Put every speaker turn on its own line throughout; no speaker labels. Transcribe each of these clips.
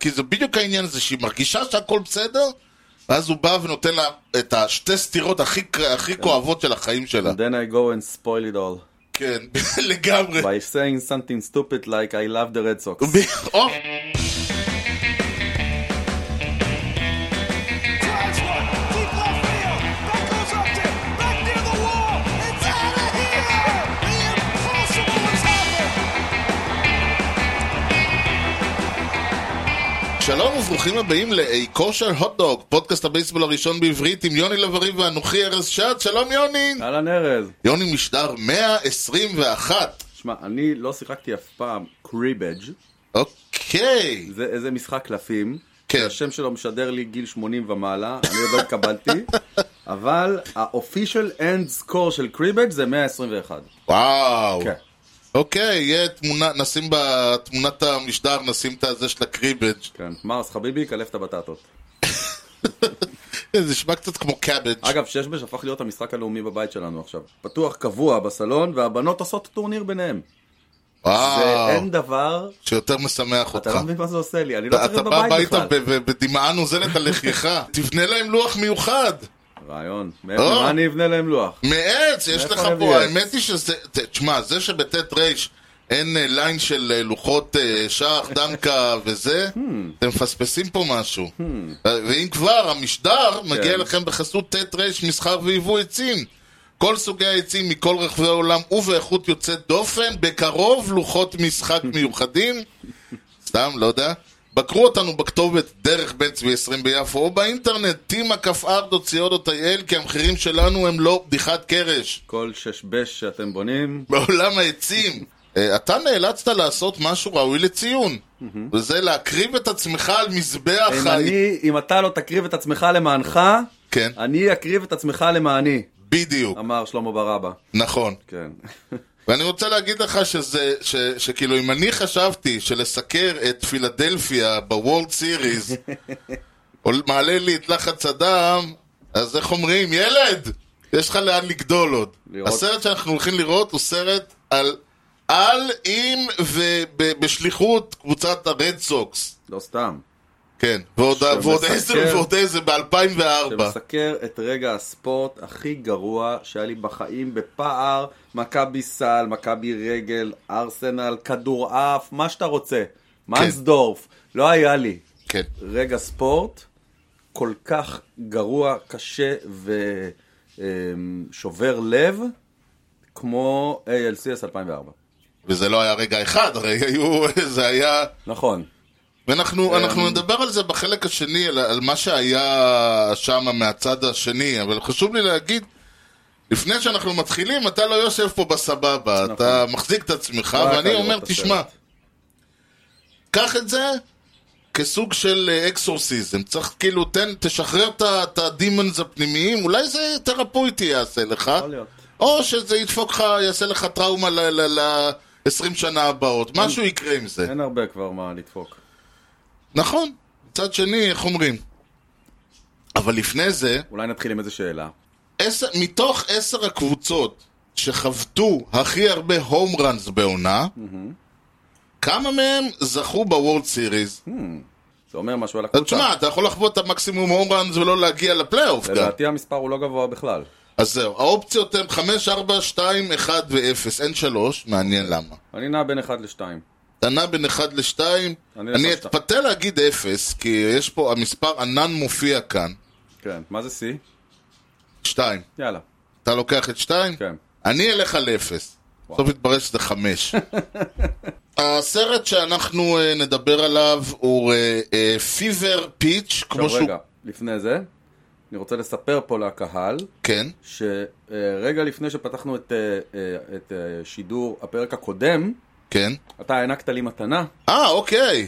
כי זה בדיוק העניין הזה, שהיא מרגישה שהכל בסדר, ואז הוא בא ונותן לה את השתי סטירות הכי,
כן.
הכי כואבות של החיים שלה.
And then I go and spoil it all
כן, לגמרי.
by saying something stupid like I love the Red Sox.
או,
Drives one, deep left field. That goes up there, back near the wall. It's out of here. The impossible has happened.
שלום וברוכים הבאים ל-A kosher hot dog, פודקאסט הבייסבול הראשון בעברית עם יוני לב-ארי ואנוכי ארז שעד, שלום יוני!
אהלן ארז.
יוני משדר 121.
שמע, אני לא שיחקתי אף פעם קריבג'
אוקיי.
זה איזה משחק קלפים.
כן.
השם שלו משדר לי גיל 80 ומעלה, אני עוד לא התקבלתי, אבל ה-official end score של קריבג' זה 121.
וואו.
כן.
אוקיי, יהיה תמונה, נשים בתמונת המשדר, נשים את הזה של הקריבג'.
כן. מרס חביבי, קלף את הבטטות.
זה נשמע קצת כמו קאבג'.
אגב, ששבש הפך להיות המשחק הלאומי בבית שלנו עכשיו. פתוח קבוע בסלון, והבנות עושות טורניר ביניהם.
אה. וואו.
ואין דבר,
שיותר משמח אותך.
אתה לא מבין מה זה עושה לי, אני לא צריך
אתה
להיות
בא
בבית
הביתה
בכלל.
ב- ב- בדמעה נוזלת על לחייך. תבנה להם לוח מיוחד.
רעיון.
או.
מאיפה מה אני אבנה להם לוח?
מעץ, יש
מאיפה
לך
נביא
פה,
עץ?
האמת היא שזה, ת- תשמע, זה שבטית רייש אין אה, ליין של אה, לוחות אה, שח, דמקה וזה, אתם מפספסים פה משהו. אה, ואם כבר, המשדר מגיע
כן.
לכם בחסות טית רייש, מסחר ויבוא עצים. כל סוגי העצים מכל רחבי העולם ובאיכות יוצאת דופן, בקרוב לוחות משחק מיוחדים. סתם, לא יודע. בקרו אותנו בכתובת דרך בן צבי 20 ביפו או באינטרנט, טימה כפר.co.il כי המחירים שלנו הם לא בדיחת קרש.
כל ששבש שאתם
אוקיי.
בונים,
בעולם העצים. אה, אתה נאלצת לעשות משהו ראוי לציון, וזה להקריב את עצמך על מזבח
אם
ה...
אני, אם אתה לא תקריב את עצמך למענך,
כן,
אני אקריב את עצמך למעני,
בדיוק,
אמר שלמה ברבא.
נכון.
כן.
ואני רוצה להגיד לך שזה, ש, שכאילו אם אני חשבתי שלסקר את פילדלפיה בוולד סיריז עול- מעלה לי את לחץ הדם, אז איך אומרים, ילד, יש לך לאן לגדול עוד.
לראות.
הסרט שאנחנו הולכים לראות הוא סרט על על, עם ובשליחות קבוצת הרד סוקס.
לא סתם.
כן, ועוד, ה- ועוד
שמסקר-
עשר ועוד איזה ב-2004.
שמסקר את רגע הספורט הכי גרוע שהיה לי בחיים בפער, מכבי סל, מכבי רגל, ארסנל, כדורעף, מה שאתה רוצה. מנסדורף, לא היה לי.
כן.
רגע ספורט כל כך גרוע, קשה ושובר לב, כמו ALCS 2004.
וזה לא היה רגע אחד, הרי היו, זה היה...
נכון. כן.
ואנחנו אנחנו נדבר על זה בחלק השני, על, על מה שהיה שם מהצד השני, אבל חשוב לי להגיד, לפני שאנחנו מתחילים, אתה לא יושב פה בסבבה,
נכון.
אתה מחזיק את עצמך,
רק
ואני
לא לראות
אומר,
את הסרט.
תשמע, קח את זה כסוג של אה, אקסורסיזם, צריך כאילו, תן, תשחרר את ה- את הדימונס הפנימיים, אולי זה תרפויטי יעשה לך,
יכול להיות.
או שזה ידפוק לך, יעשה לך טראומה ל... ל, ל 20 שנה הבאות, משהו יקרה עם זה.
אין הרבה כבר מה לדפוק.
נכון, מצד שני, איך אומרים? אבל לפני זה,
אולי נתחיל עם איזה שאלה.
עשר, מתוך עשר הקבוצות שחבטו הכי הרבה הום ראנס בעונה, כמה מהם זכו בוורד סיריס?
זה אומר משהו על
אז
הקבוצה.
תשמע, אתה יכול לחוות את המקסימום הום ראנס ולא להגיע לפלייאוף גם.
לדעתי המספר הוא לא גבוה בכלל.
אז זהו, האופציות הן 5, 4, 2, 1 ו-0, אין 3, מעניין למה.
אני נע בין 1 ל-2.
אתה נע בין 1 ל-2,
אני
אני
אלך על
אתפתה להגיד 0, כי יש פה, המספר ענן מופיע כאן,
כן. מה זה שיא?
2.
יאללה.
אתה לוקח את 2?
כן.
אני אלך על אפס. בסוף התברר שזה חמש. הסרט שאנחנו אה, נדבר עליו הוא אה, פיבר פיץ', כמו
עכשיו
שהוא...
רגע, לפני זה, אני רוצה לספר פה לקהל,
כן,
שרגע לפני שפתחנו את, אה, אה, את אה, שידור הפרק הקודם,
כן.
אתה הענקת לי מתנה,
אה, אוקיי.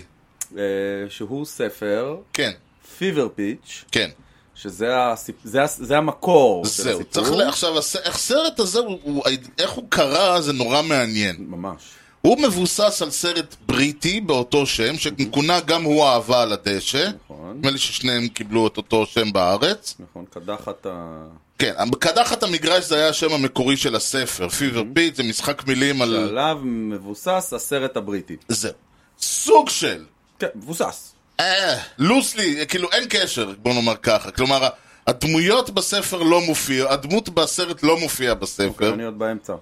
אה, שהוא ספר,
כן,
פיבר פיץ',
כן.
שזה הסיפ... זה, הס- זה המקור של
זהו.
הסיפור.
צריך ל... עכשיו, הס- הסרט הזה, הוא- הוא- איך הוא קרה, זה נורא מעניין.
ממש.
הוא מבוסס על סרט בריטי באותו שם, שכונה גם הוא אהבה על הדשא.
נכון,
נדמה לי ששניהם קיבלו את אותו שם בארץ.
נכון, קדחת ה...
כן, קדחת המגרש זה היה השם המקורי של
Mhm.
הספר, פיבר ביט זה משחק מילים על...
שעליו מבוסס הסרט הבריטי.
זהו. סוג של.
כן, מבוסס.
אה, לוסלי, כאילו אין קשר, בוא נאמר ככה. כלומר, הדמויות בספר לא מופיע, הדמות בסרט לא מופיעה בספר.
אני עוד באמצע.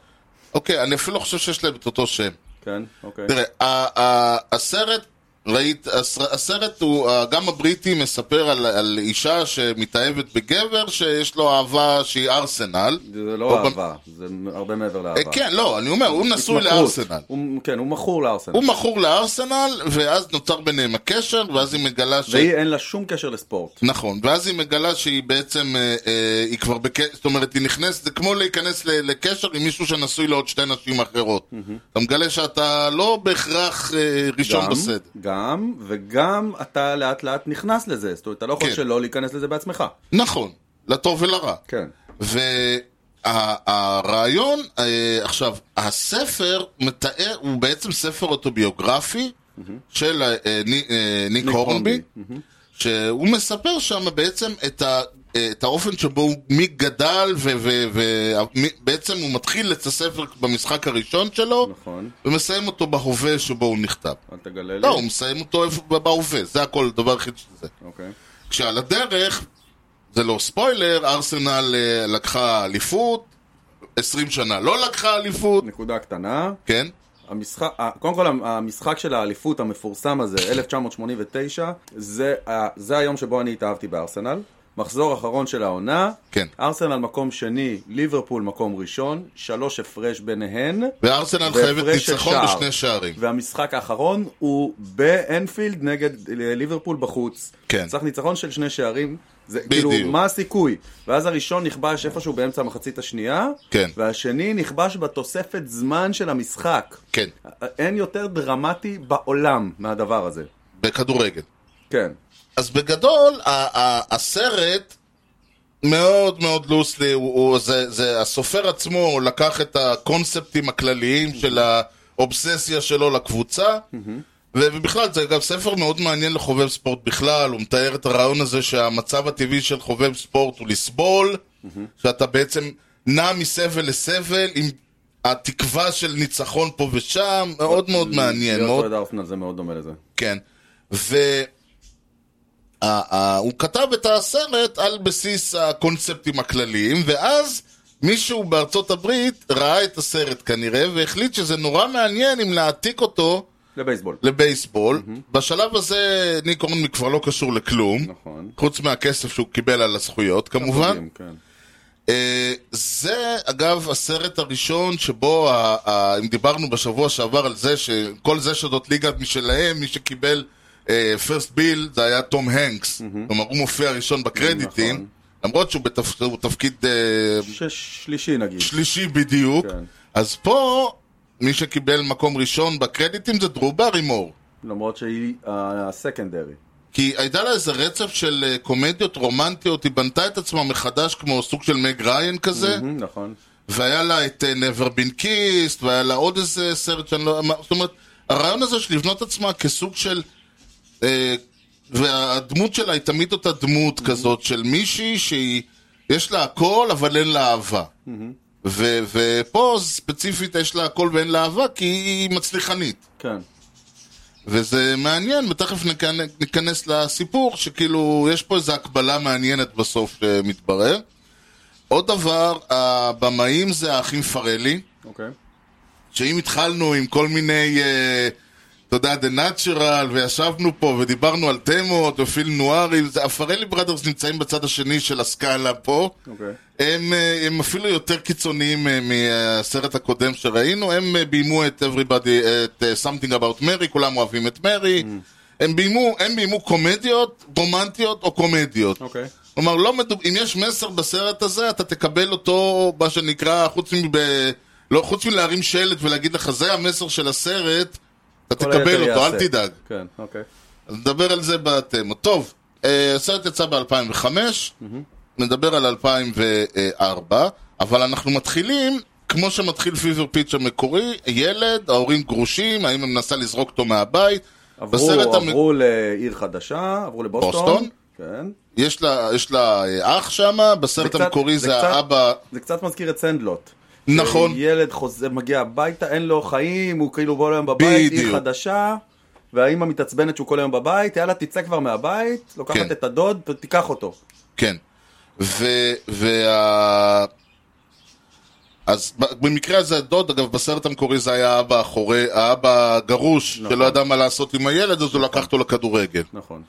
אוקיי, אני אפילו לא חושב שיש להם את אותו שם.
כן, אוקיי.
תראה, ה- ה- הסרט, ראית, הסר- הסרט הוא, ה- גם הבריטי מספר על, על אישה שמתאהבת בגבר שיש לו אהבה שהיא ארסנל.
זה
או
לא
במ-
אהבה, זה הרבה מעבר
אה,
לאהבה.
כן, לא, אני אומר, הוא נשוי
התמכרות.
לארסנל.
הוא- כן, הוא מכור לארסנל.
הוא מכור לארסנל, ואז נוצר ביניהם הקשר, ואז היא מגלה ש...
והיא אין לה שום קשר לספורט.
נכון, ואז היא מגלה שהיא בעצם, אה, אה, היא כבר בקשר, זאת אומרת, היא נכנסת, זה כמו להיכנס ל- לקשר עם מישהו שנשוי לעוד שתי נשים אחרות. אתה מגלה שאתה לא בהכרח אה, ראשון
גם,
בסדר.
גם, וגם אתה לאט לאט נכנס לזה, זאת אומרת, אתה לא יכול
כן.
שלא להיכנס לזה בעצמך.
נכון, לטוב ולרע.
כן.
והרעיון, אה, עכשיו, הספר מתאר, הוא בעצם ספר אוטוביוגרפי של אה, ני- אה, ניק הורנבי, שהוא מספר שם בעצם את ה... אה, את האופן שבו הוא מי גדל, ובעצם הוא מתחיל את הספר במשחק הראשון שלו,
נכון.
ומסיים אותו בהווה שבו הוא נכתב.
אל תגלה לי.
לא, הוא מסיים אותו איפה- בהווה, זה הכל, הדבר היחיד שזה.
אוקיי.
כשעל הדרך, זה לא ספוילר, ארסנל אה, לקחה אליפות, 20 שנה לא לקחה אליפות,
נקודה קטנה.
כן?
המשחק, אה, קודם כל המשחק של האליפות המפורסם הזה, 1989, זה, ה- זה היום שבו אני התאהבתי בארסנל. מחזור אחרון של העונה,
כן.
ארסנל מקום שני, ליברפול מקום ראשון, שלוש הפרש ביניהן,
וארסנל חייבת
והפרש של
ניצחון
שער.
בשני שערים.
והמשחק האחרון הוא באנפילד נגד אה, ליברפול בחוץ.
כן.
צריך ניצחון של שני שערים, זה כאילו,
בדיוק.
מה הסיכוי? ואז הראשון נכבש איפשהו באמצע המחצית השנייה,
כן.
והשני נכבש בתוספת זמן של המשחק.
כן,
אין יותר דרמטי בעולם מהדבר הזה.
בכדורגל.
כן.
אז בגדול, ה- ה- הסרט מאוד מאוד לוסלי, הוא, הוא, זה, זה, הסופר עצמו לקח את הקונספטים הכלליים של האובססיה שלו לקבוצה, ובכלל זה גם ספר מאוד מעניין לחובב ספורט בכלל, הוא מתאר את הרעיון הזה שהמצב הטבעי של חובב ספורט הוא לסבול, שאתה בעצם נע מסבל לסבל עם התקווה של ניצחון פה ושם, מאוד מאוד מעניין,
להיות
מאוד
אוהד ארסנל זה מאוד דומה לזה.
כן. ו... ה- ה- הוא כתב את הסרט על בסיס הקונספטים הכלליים, ואז מישהו בארצות הברית ראה את הסרט כנראה, והחליט שזה נורא מעניין אם להעתיק אותו
לבייסבול.
לבייסבול. בשלב הזה ניק הורנבי כבר לא קשור לכלום,
נכון.
חוץ מהכסף שהוא קיבל על הזכויות כמובן.
כן.
אה, זה אגב הסרט הראשון שבו, ה- ה- אם דיברנו בשבוע שעבר על זה שכל זה שזאת ליגה משלהם, מי שקיבל פרסט ביל זה היה תום הנקס, כלומר הוא מופיע ראשון בקרדיטים,
נכון.
למרות שהוא בתפ- הוא תפקיד אה,
ששלישי נגיד.
שלישי בדיוק,
כן.
אז פה מי שקיבל מקום ראשון בקרדיטים זה דרו ברימור.
למרות שהיא אה, הסקנדרי.
כי הייתה לה איזה רצף של אה, קומדיות רומנטיות, היא בנתה את עצמה מחדש כמו סוג של מג ריין כזה,
מהמם, נכון.
והיה לה את אה, never been kissed, והיה לה עוד איזה סרט שאני לא... מה- זאת אומרת, הרעיון הזה של לבנות עצמה כסוג של... אה, והדמות שלה היא תמיד אותה דמות כזאת של מישהי שהיא... יש לה הכל, אבל אין לה אהבה. ו- ופה ספציפית יש לה הכל ואין לה אהבה, כי היא מצליחנית.
כן.
וזה מעניין, ותכף נכנ- ניכנס לסיפור, שכאילו, יש פה איזו הקבלה מעניינת בסוף שמתברר. עוד דבר, הבמאים זה האחים פרלי,
אוקיי.
שאם התחלנו עם כל מיני, אה, אתה יודע, The Natural, וישבנו פה ודיברנו על תמות, ופיל נוארי, זה- הפרלי בראדרס נמצאים בצד השני של הסקאלה פה.
אוקיי.
הם, אה, הם אפילו יותר קיצוניים אה, מהסרט הקודם שראינו, הם אה, ביימו את Everybody, את אה, Something About Mary, כולם אוהבים את מרי,
Mm.
הם ביימו, הם ביימו קומדיות, רומנטיות או קומדיות.
אוקיי.
כלומר, לא מדוב... אם יש מסר בסרט הזה, אתה תקבל אותו, מה שנקרא, חוץ, מב... לא, חוץ מלהרים שלט ולהגיד לך, זה המסר של הסרט, אתה
כל היתר
תקבל אותו,
יעשה.
אל תדאג.
כן, אוקיי.
אז נדבר על זה בתמות. טוב, אה, הסרט יצא ב-2005, נדבר על 2004, אבל אנחנו מתחילים, כמו שמתחיל פיבר פיץ' המקורי, ילד, ההורים גרושים, האמא מנסה לזרוק אותו מהבית.
עברו-
המ-
עברו לעיר חדשה, עברו לבוסטון.
בוסטון?
כן.
יש לה, יש לה אה, אח שמה, בסרט
זה קצת-
המקורי
זה
זה
קצת-
האבא...
זה קצת מזכיר את סנדלוט.
נכון.
ילד חוזר, מגיע הביתה, אין לו חיים, הוא כאילו בא להם בבית, עיר
בדיוק.
חדשה, והאימא מתעצבנת שהוא כל היום בבית, יאללה תצא כבר מהבית, לוקחת
כן.
את הדוד, ת- תיקח אותו.
כן. ו... וה... אז ב- במקרה הזה הדוד, אגב, בסרט המקורי זה היה האבא החורה, האבא הגרוש, נכון. שלא ידע מה לעשות עם הילד, אז הוא לקח אותו לכדורגל.
נכון.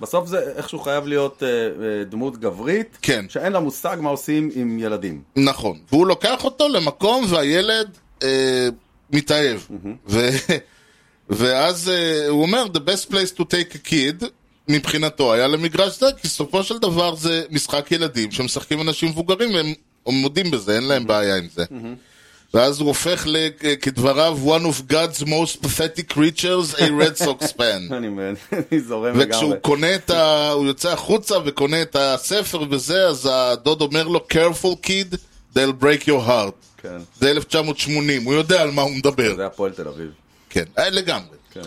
בסוף זה איכשהו חייב להיות אה, אה, דמות גברית,
כן.
שאין לה מושג מה עושים עם ילדים.
נכון. והוא לוקח אותו למקום והילד אה, מתאהב. ו... ואז אה, הוא אומר, the best place to take a kid, מבחינתו, היה למגרש זה, כי סופו של דבר זה משחק ילדים שמשחקים אנשים מבוגרים, והם הם מודים בזה, אין להם בעיה עם זה. ואז הוא הופך, ל- אה, כדבריו, one of God's most pathetic creatures, a red sox fan.
אני אני זורם
וכשהוא
לגמרי.
קונה את ה... הוא יוצא החוצה וקונה את הספר וזה, אז הדוד אומר לו, careful kid, they'll break your heart.
כן.
זה 1980, הוא יודע על מה הוא מדבר.
זה הפועל תל אביב.
כן, אה, לגמרי.
כן.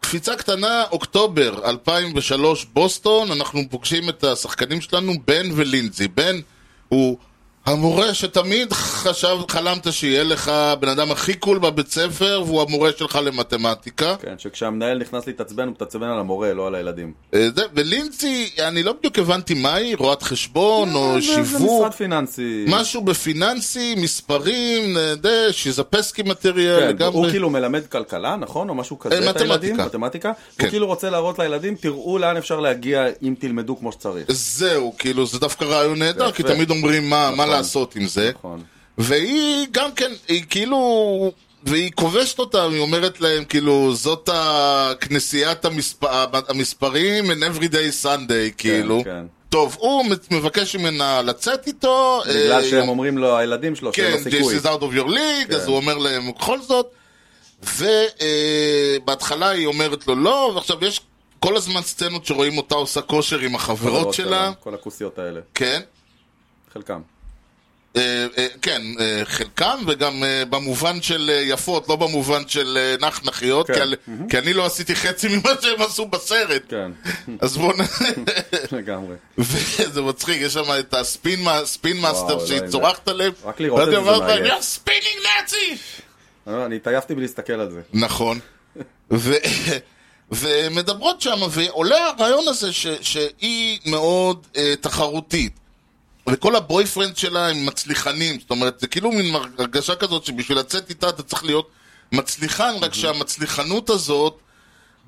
קפיצה קטנה, אוקטובר 2003, בוסטון, אנחנו פוגשים את השחקנים שלנו, בן ולינזי. בן הוא המורה שתמיד חשב, חלמת שיהיה לך הבן אדם הכי קול בבית ספר, והוא המורה שלך למתמטיקה.
כן, שכשהמנהל נכנס להתעצבן, הוא מתעצבן על המורה, לא על הילדים.
אה, זה- ולינזי, אני לא בדיוק הבנתי מה היא, רואת חשבון או
לא, זה- זה משרד
שיווק,
פיננסי.
משהו בפיננסי, מספרים, אה, זה, שיזפסקי מטריאל,
כן, הוא
לגמרי. אה,
כאילו מלמד כלכלה, נכון? או משהו כזה, את
מתמטיקה.
הילדים, מתמטיקה.
כן.
הוא כאילו רוצה להראות לילדים, תראו לאן אפשר להגיע אם תלמדו כמו שצריך.
זהו, כאילו, זה דווקא רעיון נהדר, כי
יפה.
תמיד אומרים מה, מה לעשות עם זה.
נכון.
והיא גם כן, היא כאילו, והיא כובשת אותם, היא אומרת להם, כאילו, זאת הכנסיית המספ... המספרים in everyday Sunday, כאילו.
כן.
טוב, הוא מבקש ממנה לצאת איתו.
בגלל
אה,
שהם אומרים לו, הילדים שלו, שאין לו
כן,
סיכוי. כן.
this is out of your league, אז הוא אומר להם בכל זאת, ובהתחלה היא אומרת לו לא, ועכשיו יש כל הזמן סצנות שרואים אותה עושה כושר עם החברות
החברות
שלה,
כל הכוסיות האלה,
כן,
חלקם.
אה, אה, כן, אה, חלקם, וגם אה, במובן של אה, יפות, לא במובן של אה, נחנחיות,
כן.
כי על- כי אני לא עשיתי חצי ממה שהם עשו בסרט,
כן,
אז בואו נ...
לגמרי.
וזה מצחיק, יש שם את הספין מה- ספין מאסטר
אלוהים,
שהיא
זה-
צורחת עליהם,
רק לראות את
ואתם
זה זה
אומרים להם,
מעייף.
"You're spinning Nazi!"
אני התעייפתי מלהסתכל על זה.
נכון. ו... ומדברות שם, ועולה הרעיון הזה ש... שהיא מאוד אה, תחרותית. וכל הבויפרנד שלה הם מצליחנים, זאת אומרת, זה כאילו מין הרגשה כזאת שבשביל לצאת איתה אתה צריך להיות מצליחן, רק שהמצליחנות הזאת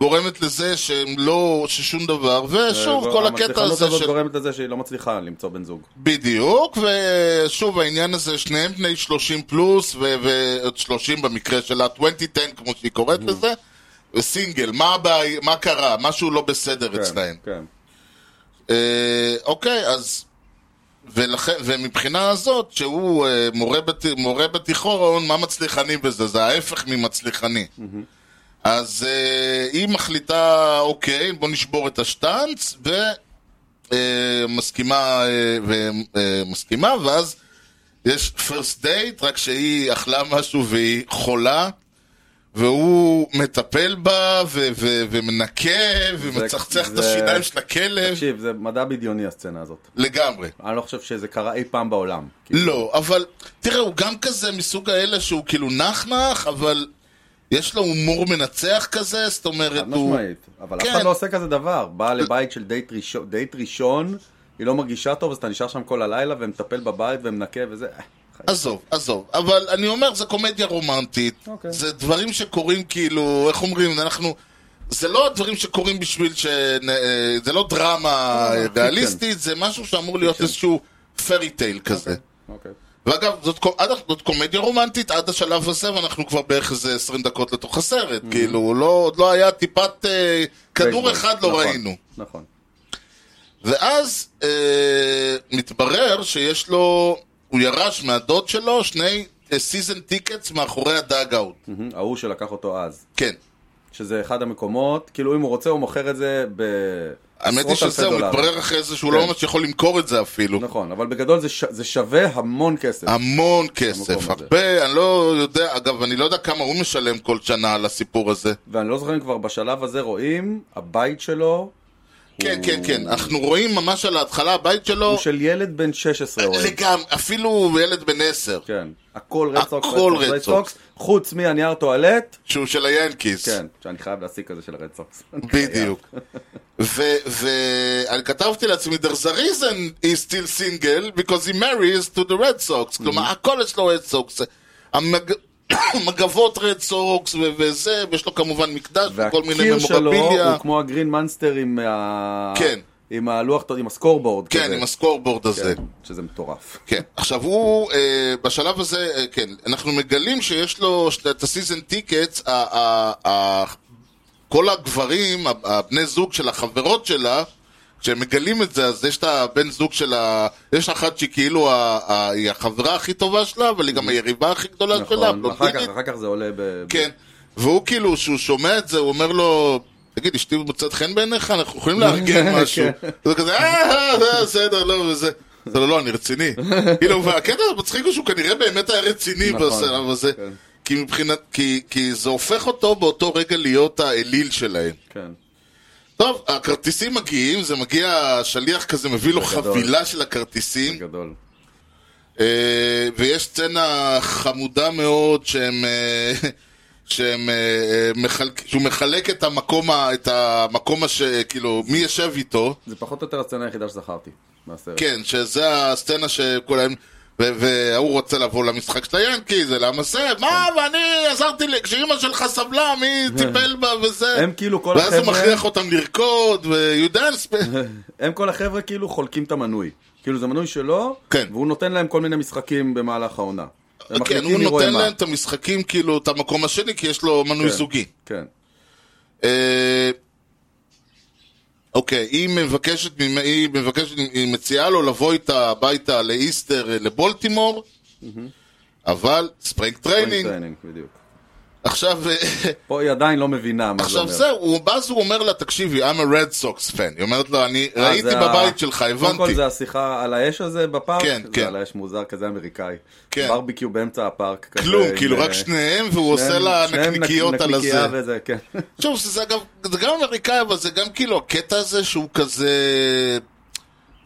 גורמת לזה שהם לא, ששום דבר, ושוב, כל הקטע
המצליחנות
הזה
אה, הזאת
של...
גורמת לזה שהיא לא מצליחה למצוא בן זוג.
בדיוק, ושוב העניין הזה, שניהם בני 30 פלוס, ו- ו- 30 במקרה שלה, 2010 כמו שהיא קוראת לזה, וסינגל, מה, הבעיה- מה קרה, משהו לא בסדר
כן,
אצלהם.
כן.
אה, אוקיי, אז... ולכן, ומבחינה הזאת, שהוא אה, מורה, בת, מורה בתיכון, מה מצליחני בזה? זה ההפך ממצליחני. אז אה, היא מחליטה, אוקיי, בוא נשבור את השטנץ, אה, ומסכימה, ומסכימה, אה, ואז יש first date, רק שהיא אכלה משהו והיא חולה. והוא מטפל בה, ו- ו- ומנקה, ומצחצח את
זה-
השיניים של הכלב.
תקשיב, זה מדע בדיוני הסצנה הזאת.
לגמרי.
אני לא חושב שזה קרה אי פעם בעולם.
לא, אבל תראה, הוא גם כזה מסוג האלה שהוא כאילו נחנח, אבל יש לו הומור מנצח כזה, זאת אומרת,
חד
הוא...
משמעית, אבל אף
כן.
אחד לא עושה כזה דבר. באה לבית של דייט ראשון, דייט ראשון, היא לא מרגישה טוב, אז אתה נשאר שם כל הלילה ומטפל בבית ומנקה וזה. אה, חיים.
עזוב, עזוב. אבל אני אומר, זה קומדיה רומנטית.
אוקיי.
זה דברים שקורים כאילו, איך אומרים, אנחנו... זה לא דברים שקורים בשביל ש... אה, זה לא דרמה
לא, לא,
ריאליסטית, זה משהו שאמור להיות איזשהו פרי טייל כזה.
כן. אוקיי.
ואגב, זאת, קו- עד, זאת קומדיה רומנטית עד השלב הזה, ואנחנו כבר בערך איזה 20 דקות לתוך הסרט. Mm-hmm. כאילו, לא, עוד לא היה טיפת... אה, כדור
בייסבול.
אחד לא
נכון,
ראינו.
נכון.
ואז אה, מתברר שיש לו... הוא ירש מהדוד שלו שני סיזן טיקטס מאחורי הדאג-אאוט.
מהמם, ההוא שלקח אותו אז.
כן.
שזה אחד המקומות, כאילו אם הוא רוצה הוא מוכר את זה
האמת היא
בעשרות אלפי
שזהו,
דולרים.
מתברר אחרי זה שהוא
כן.
לא ממש יכול למכור את זה אפילו.
נכון, אבל בגדול זה ש- זה שווה המון כסף.
אה. המון
המקום
כסף,
הזה.
הרבה, אני לא יודע, אגב, אני לא יודע כמה הוא משלם כל שנה על הסיפור הזה.
ואני לא זוכר אם כבר בשלב הזה רואים, הבית שלו
כן, כן, כן. אנחנו רואים ממש על ההתחלה, הבית שלו,
הוא של ילד בן 16
אה,
אוהד.
לגמרי, אפילו ילד בן עשר,
כן. הכל רד סוקס,
הכל
רד סוקס,
רד
רד סוקס, חוץ מהנייר טואלט,
שהוא של היאנקיס.
כן, שאני חייב להשיג כזה של הרד סוקס.
בדיוק. ואני כתבתי לעצמי, there's a reason he's still single, because he marries to the red sox.
Mm-hmm.
כלומר, הכל אצלו red sox. המג- המגבות רד סוקס ו- וזה, ויש לו כמובן מקדש וכל מיני
והקיר שלו
ממורפיליה.
הוא כמו הגרין מנסטר עם ה...
כן.
עם הלוח, עם הסקורבורד
כן,
כזה.
עם הסקורבורד הזה.
כן, שזה מטורף.
כן. עכשיו הוא, אה, בשלב הזה, אה, כן, אנחנו מגלים שיש לו שת- את הסיזן טיקטס, כל הגברים, ה- הבני זוג של החברות שלה, כשהם מגלים את זה, אז יש את הבן זוג של ה... יש אחת שהיא כאילו ה- ה- היא החברה הכי טובה שלה, אבל היא גם היריבה הכי גדולה שלה,
Mm-hmm. נכון, אחר
הבלונדינית.
כך, אחר כך זה עולה ב...
כן. והוא כאילו, כשהוא שומע את זה, הוא אומר לו, תגיד, אשתי מוצאת חן בעיניך? אנחנו יכולים
כן.
לארגן משהו. זה כזה, "אה, אה, אה, בסדר, לא, וזה. זה לא, לא, אני רציני. כאילו, והקטע המצחיק הוא שהוא כנראה באמת היה רציני
נכון,
בשלב הזה.
כן.
כי מבחינת, כי- כי זה הופך אותו באותו רגע להיות האליל שלהם.
כן.
טוב, הכרטיסים מגיעים, זה מגיע, השליח כזה מביא לו
בגדול.
חבילה של הכרטיסים.
גדול.
אה, ויש סצנה חמודה מאוד שהם... אה, שהם, אה, אה, מחלק, שהוא מחלק את המקום, ה- את המקום הש... כאילו, מי יושב איתו,
זה פחות או יותר הסצנה היחידה שזכרתי מהסרט.
כן, שזה הסצנה שכולם... ו- וההוא רוצה לבוא למשחק של היאנקי, זה למה זה, מה,
כן.
ואני עזרתי, לי- כשאימא שלך סבלה, מי טיפל בה וזה.
הם כאילו כל
כן. ואז הוא
החבר'ה-
מכריח אותם לרקוד, ו-you dance,
הם כל החבר'ה כאילו חולקים את המנוי. כאילו זה מנוי שלו,
כן.
והוא נותן להם כל מיני משחקים במהלך העונה. הם
כן,
מחליטים
הוא
מי רואה
נותן
מה.
להם את המשחקים, כאילו, את המקום השני, כי יש לו מנוי
כן.
זוגי.
כן.
אה, אוקיי, היא מבקשת, ממ- היא מבקשת, היא מציעה לו לבוא איתה הביתה לאיסטר, אה, לבולטימור, אבל ספרינג טריינינג.
טריינינג, בדיוק.
עכשיו, אה,
פה היא עדיין לא מבינה מה זה
עכשיו
אומר.
זהו, הוא- ואז הוא אומר לה, תקשיבי, I'm a red sox fan. היא אומרת לו, אני
אה,
ראיתי
זה ה-
בבית שלך,
קודם כל
הבנתי.
זה השיחה על האש הזה בפארק?
כן,
זה
כן.
על האש מוזר כזה אמריקאי.
כן.
ברביקיו באמצע הפארק. כזה
כלום,
עם,
כאילו,
אה,
רק שניהם, והוא עושה
שניהם-
לה
שניהם נק-
נקניקיות על הזה.
נקניקייה וזה, כן.
שוב, שזה אגב, זה גם אמריקאי, אבל זה גם כאילו הקטע הזה שהוא כזה...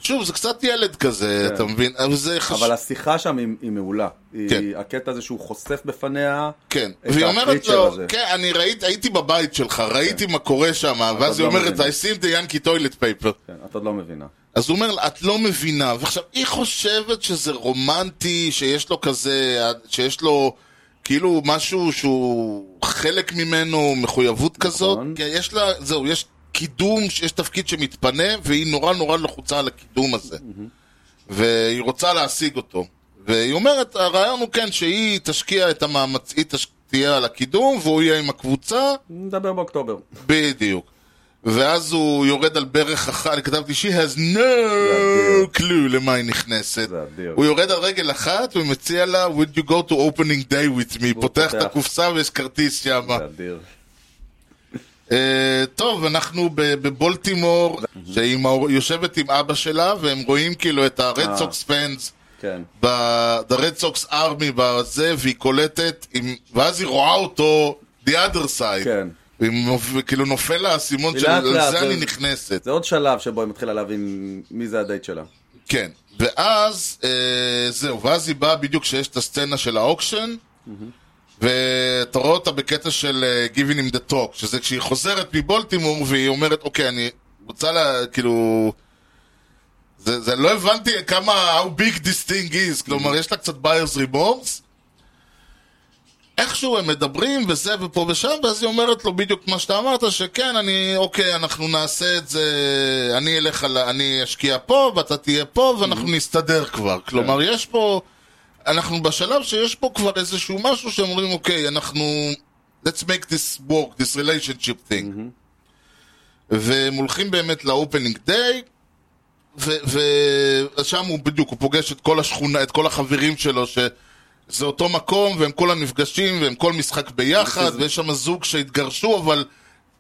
שוב, זה קצת ילד כזה, אתה מבין? אבל זה חשוב.
כן. אבל השיחה שם היא היא מעולה. היא-
כן.
הקטע הזה שהוא חושף בפניה.
כן,
את
והיא אומרת
הקריצ'ר
לו,
הזה.
כן, אני ראיתי, הייתי בבית שלך, ראיתי מה קורה שם, ואז היא
לא
אומרת, I
מבינה.
seen the Yankee toilet paper.
כן, את עוד לא מבינה.
אז הוא אומר לה, את לא מבינה, ועכשיו, היא חושבת שזה רומנטי, שיש לו כזה, שיש לו כאילו משהו שהוא חלק ממנו, מחויבות כזאת, כי יש לה, זהו, יש קידום, יש תפקיד שמתפנה, והיא נורא נורא לחוצה על הקידום הזה. והיא רוצה להשיג אותו. והיא אומרת, הרעיון הוא כן שהיא תשקיע את המאמץ, היא תש- תהיה על הקידום, והוא יהיה עם הקבוצה,
נדבר באוקטובר.
בדיוק. ואז הוא יורד על ברך אחת, אני כתבתי, she has
אדיר.
no clue למה היא נכנסת.
זה אדיר.
הוא יורד על רגל אחת ומציע לה, would you go to opening day with me, פותח את
פותח.
הקופסה ויש כרטיס שם.
זה אדיר.
אה, טוב, אנחנו ב- בבולטימור,
Mhm.
שהיא עם ההור- יושבת עם אבא שלה, והם רואים כאילו את
אה.
ה-red sox fans,
כן.
ב- the red sox army בזה, והיא קולטת, עם- ואז היא רואה אותו, the other side.
כן.
והיא נופ- כאילו נופל לה האסימון
היא
של
לאט
על
לאט,
זה
זה-
אני נכנסת.
זה עוד שלב שבו היא מתחילה להבין מי זה הדייט שלה.
כן. ואז, אה, זהו, ואז היא באה בדיוק כשיש את הסצנה של האוקשן, ואתה רואה אותה בקטע של אה, giving him the talk, שזה כשהיא חוזרת מבולטימור והיא אומרת, אוקיי, אני רוצה לה, כאילו... זה, זה לא הבנתי כמה, how big this thing is, כלומר, יש לה קצת buyer's remorse. איכשהו הם מדברים וזה ופה ושם, ואז היא אומרת לו בדיוק מה שאתה אמרת, שכן, אני, אוקיי, אנחנו נעשה את זה, אני אלך על, ה- אני אשקיע פה, ואתה תהיה פה, ואנחנו נסתדר כבר. כלומר, יש פה, אנחנו בשלב שיש פה כבר איזשהו משהו שהם אומרים, אוקיי, אנחנו, let's make this work, this relationship thing. והם הולכים באמת ל-opening day, ושם הוא בדיוק, הוא פוגש את כל השכונה, את כל החברים שלו, שזה אותו מקום, והם כולם נפגשים, והם כל משחק ביחד,
אוקיי.
ויש שם זוג שהתגרשו, אבל,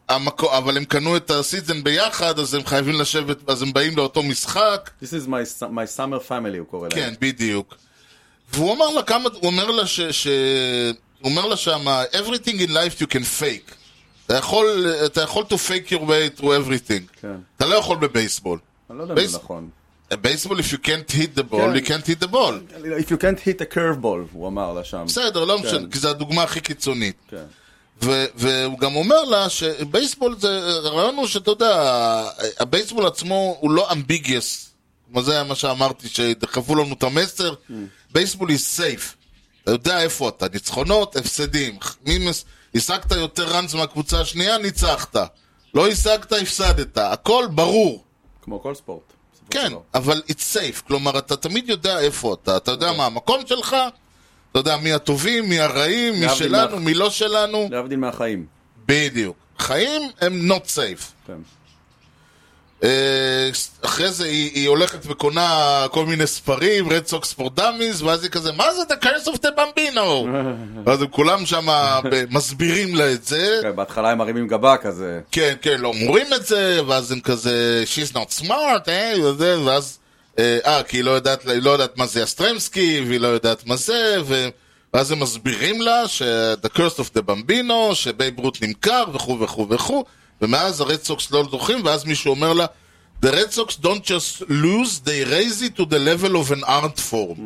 המקו, אבל הם קנו את הסיזן ביחד, אז הם חייבים לשבת, אז הם באים לאותו משחק.
This is my, su- my summer family הוא קורא להם.
כן, בדיוק. והוא אומר לה כמה, הוא אומר לה ש... ש... הוא אומר לה שמה, everything in life you can fake. אתה אתה יכול, אתה יכול to fake your way through everything.
כן.
אתה לא יכול בבייסבול.
אני לא יודע אם זה
בייס-
נכון.
בייסבול, if you can't hit the ball, you
כן.
can't hit the ball.
If you can't hit a curveball, הוא אמר לה שם.
בסדר, לא
כן.
משנה, כי זו הדוגמה הכי קיצונית.
כן.
ו- והוא גם אומר לה שבייסבול זה, הרעיון הוא שאתה יודע, הבייסבול עצמו הוא לא אמביגיוס. כמו זה מה שאמרתי, שדחפו לנו את המסר, בייסבול היא סייף. אתה יודע איפה אתה, ניצחונות, הפסדים. מי מס... השגת יותר ראנס מהקבוצה השנייה, ניצחת. לא השגת, הפסדת. הכל ברור.
כמו כל ספורט. בסופו של
כן,
דבר.
אבל it's safe, כלומר אתה תמיד יודע איפה אתה, אתה יודע מה המקום שלך, אתה יודע מי הטובים, מי הרעים, מי
להבדיל
שלנו,
מה-
מי לא שלנו,
להבדיל מהחיים.
בדיוק. חיים הם not safe.
כן.
אה, אחרי זה היא, היא הולכת וקונה כל מיני ספרים, רד סוקס פור דאמיז, ואז היא כזה, מה זה, the curse of the bambino? אז הם כולם שם ב- מסבירים לה את זה,
כן, בהתחלה הם מרימים גבה כזה.
כן, כן, לא אומרים את זה, ואז הם כזה, she's not smart, אה, וזה, ואז, אה, אה, כי היא לא יודעת, היא לא יודעת מה זה אסטרמסקי, והיא לא יודעת מה זה, ו... ואז הם מסבירים לה ש-The Curse of the Bambino, שבייב רות נמכר, וכו' וכו' וכו', ומאז הרד סוקס לא זוכים, ואז מישהו אומר לה, The Red Sox don't just lose, they raise it to the level of an art form.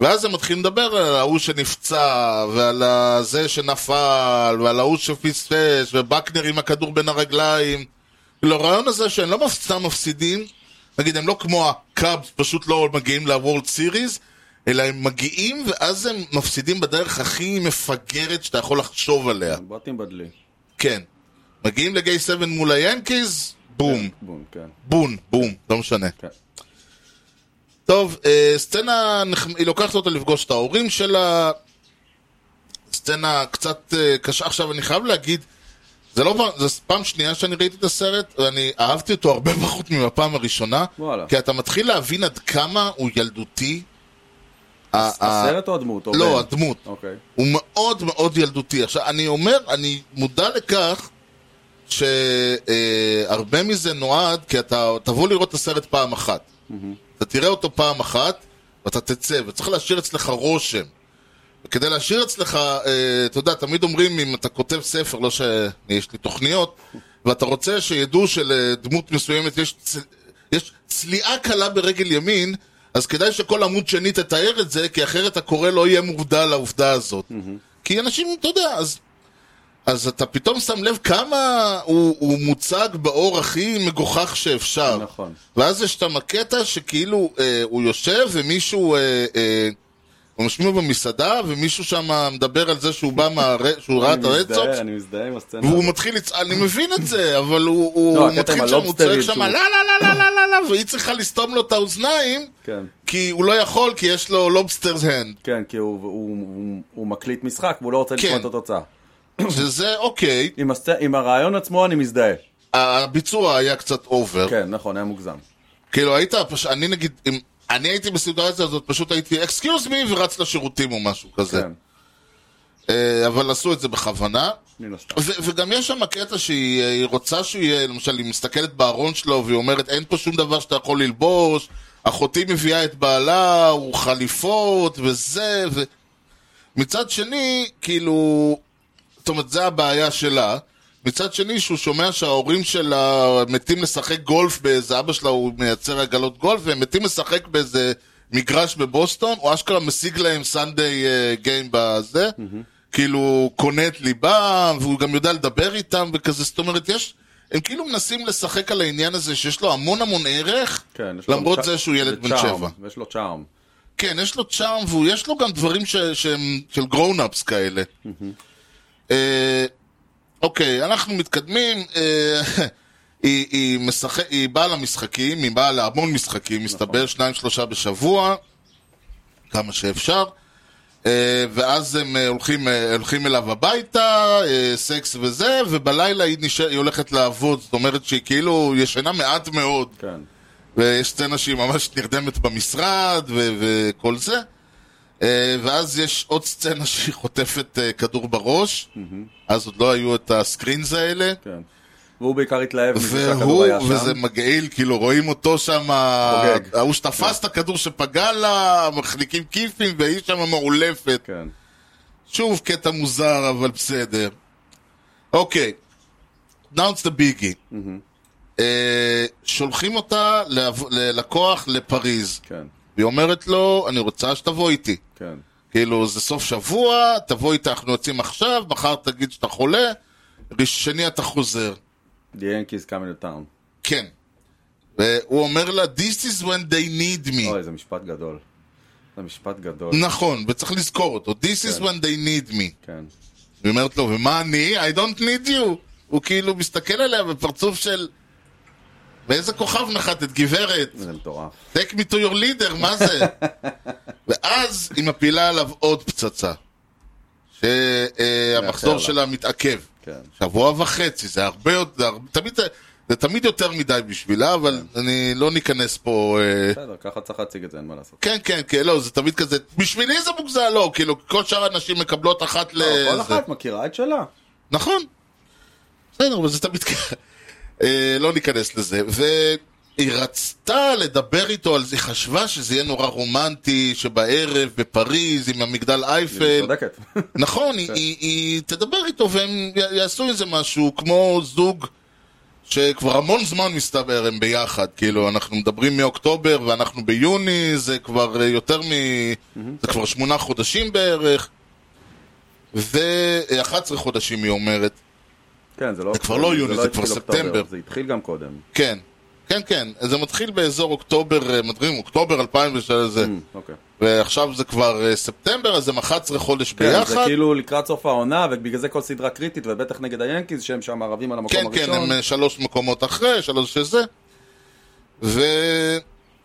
ואז הם מתחילים לדבר על ההוא שנפצע, ועל זה שנפל, ועל ההוא שפספס, ובקנר עם הכדור בין הרגליים. כאילו, הרעיון הזה שהם לא סתם מפסידים, נגיד, הם לא כמו הקאבס, פשוט לא מגיעים לוורלד סיריס, אלא הם מגיעים, ואז הם מפסידים בדרך הכי מפגרת שאתה יכול לחשוב עליה.
בוטים בדלי.
כן. מגיעים לגיי 7 מול היאנקיז, בום.
בום, כן.
בום, בום, לא משנה.
כן.
טוב, אה, סצנה, נחמ- היא לוקחת אותה לפגוש את ההורים שלה, סצנה קצת אה, קשה. עכשיו, אני חייב להגיד, זה לא פעם, זו פעם שנייה שאני ראיתי את הסרט, ואני אהבתי אותו הרבה פחות מהפעם הראשונה,
וואלה.
כי אתה מתחיל להבין עד כמה הוא ילדותי. ה- ה-
הסרט או הדמות? או
לא,
בן?
הדמות.
אוקיי.
הוא מאוד מאוד ילדותי. עכשיו, אני אומר, אני מודע לכך שהרבה מזה נועד, כי אתה תבוא לראות את הסרט פעם אחת. אתה תראה אותו פעם אחת, ואתה תצא, וצריך להשאיר אצלך רושם. וכדי להשאיר אצלך, אה, אתה יודע, תמיד אומרים, אם אתה כותב ספר, לא שיש לי תוכניות, ואתה רוצה שידעו שלדמות מסוימת יש, צ... יש צליעה קלה ברגל ימין, אז כדאי שכל עמוד שני תתאר את זה, כי אחרת הקורא לא יהיה מובדל לעובדה הזאת. כי אנשים, אתה יודע, אז, אז אתה פתאום שם לב כמה הוא, הוא מוצג באור הכי מגוחך שאפשר.
נכון.
ואז יש שם הקטע שכאילו אה, הוא יושב ומישהו, אה, אה, הוא משמיע במסעדה ומישהו שם מדבר על זה שהוא בא מה... שהוא ראה את
אני מזדהה,
הרדסוקס
אני מזדהה עם הסצנה.
והוא
הזאת.
מתחיל לצ... אני מבין את זה, אבל הוא, הוא,
לא,
הוא
הקטע עם
מתחיל שם, הוא צועק
הלובסטרים
שם
שהוא-
לא לא לא לא לא לא לא והיא צריכה לסתום לו את האוזניים
כן.
כי הוא לא יכול כי יש לו לובסטרס הנד
כן, כי הוא- הוא- הוא- הוא מקליט משחק והוא לא רוצה
כן.
לשמוע את התוצאה.
שזה אוקיי,
עם הסצ- עם הרעיון עצמו אני מזדהה.
הביצוע היה קצת אובר
כן, נכון, היה מוגזם.
כאילו היית, פש... אני נגיד, אם... אני הייתי בסיטואציה הזאת פשוט הייתי אקסקיוז מי ורץ לשירותים או משהו כזה
כן,
אה, אבל עשו את זה בכוונה.
מן הסתם.
ו- וגם יש שם קטע שהיא אה, היא רוצה שהוא יהיה, למשל, היא מסתכלת בארון שלו והיא אומרת, אין פה שום דבר שאתה יכול ללבוש, אחותי מביאה את בעלה, הוא חליפות וזה, ו... מצד שני, כאילו, זאת אומרת, זה הבעיה שלה. מצד שני, שהוא שומע שההורים שלה מתים לשחק גולף באיזה, אבא שלה הוא מייצר עגלות גולף, והם מתים לשחק באיזה מגרש בבוסטון, הוא אשכרה משיג להם סנדיי גיים בזה, כאילו, קונה את ליבם, והוא גם יודע לדבר איתם וכזה, זאת אומרת, יש... הם כאילו מנסים לשחק על העניין הזה שיש לו המון המון ערך,
כן, יש לו
למרות
צ-
זה שהוא ילד בן
צ'ארם,
שבע.
יש לו צ'ארם.
כן, יש לו צ'ארם, ויש לו גם דברים ש... שהם של גרונאפס כאלה. אה, אוקיי, אנחנו מתקדמים. אה, היא, היא, משחק, היא באה למשחקים, היא באה להמון משחקים, מסתבר, שניים שלושה בשבוע, כמה שאפשר. אה, ואז הם אה, הולכים, אה, הולכים אליו הביתה, אה, סקס וזה, ובלילה היא, נשאר, היא הולכת לעבוד, זאת אומרת שהיא כאילו ישנה מעט מאוד.
כן.
ויש סצנה שהיא ממש נרדמת במשרד ו- וכל זה. אה, ואז יש עוד סצנה שהיא חוטפת אה, כדור בראש, אז עוד לא היו את הסקרינס האלה.
כן. והוא בעיקר התלהב מזה שהכדור
והוא,
היה שם.
וזה מגעיל, כאילו רואים אותו שם,
חוגג. כן.
ההוא שתפס את הכדור שפגע לה, מחליקים כיפים והיא שם מעולפת.
כן.
שוב קטע מוזר, אבל בסדר. אוקיי, now it's the biggie. אה, שולחים אותה לב- ללקוח לפריז.
כן,
והיא אומרת לו, אני רוצה שתבוא איתי.
כן.
כאילו, זה סוף שבוע, תבוא איתה, אנחנו יוצאים עכשיו, מחר תגיד שאתה חולה, ראש- שני אתה חוזר.
The Yankees coming to town.
כן. והוא אומר לה, This is when they need me.
אוי, זה משפט גדול. זה משפט גדול.
נכון, וצריך לזכור אותו. This is
כן.
when they need me.
כן.
היא אומרת לו, ומה אני? I don't need you. הוא כאילו מסתכל עליה בפרצוף של... באיזה כוכב נחתת, גברת?
זה מטורף.
take me to your leader, מה זה? ואז היא מפילה עליו עוד פצצה. שהמחזור
לה.
שלה מתעכב.
כן.
שבוע וחצי, זה הרבה יותר, תמיד, זה תמיד יותר מדי בשבילה, אבל
כן.
אני לא ניכנס פה... אה,
בסדר, ככה צריך להציג את זה, אין מה לעשות.
כן, כן, כן, לא, זה תמיד כזה, בשבילי זה מוגזם, לא, כאילו, כל שאר הנשים מקבלות אחת ל...
לא, כל
אה, זה.
אחת מכירה את שלה.
נכון. בסדר, אבל זה תמיד ככה. אה, לא ניכנס לזה. והיא רצתה לדבר איתו על זה, היא חשבה שזה יהיה נורא רומנטי, שבערב בפריז עם המגדל
היא
אייפל.
צודקת.
נכון,
כן.
היא, היא, היא תדבר איתו והם י- יעשו איזה משהו, כמו זוג שכבר המון זמן מסתבר הם ביחד, כאילו, אנחנו מדברים מאוקטובר ואנחנו ביוני, זה כבר אה, יותר מ... זה כבר שמונה חודשים בערך, ו-11 חודשים היא אומרת,
כן, זה לא...
זה כבר לא יוני, זה כבר
התחיל אוקטובר,
ספטמבר.
זה התחיל גם קודם.
כן. כן, כן, זה מתחיל באזור אוקטובר, אה, מתחיל אוקטובר 2003, זה.
אמ, אוקיי.
ועכשיו זה כבר אה, ספטמבר, אז הם 11 חודש
כן, זה
ביחד.
כאילו לקראת סוף העונה, ובגלל זה כל סדרה קריטית, ובטח נגד היאנקיז, שהם שם ערבים על המקום
כן, כן,
הראשון.
הם אה, שלוש מקומות אחרי, שלוש שזה.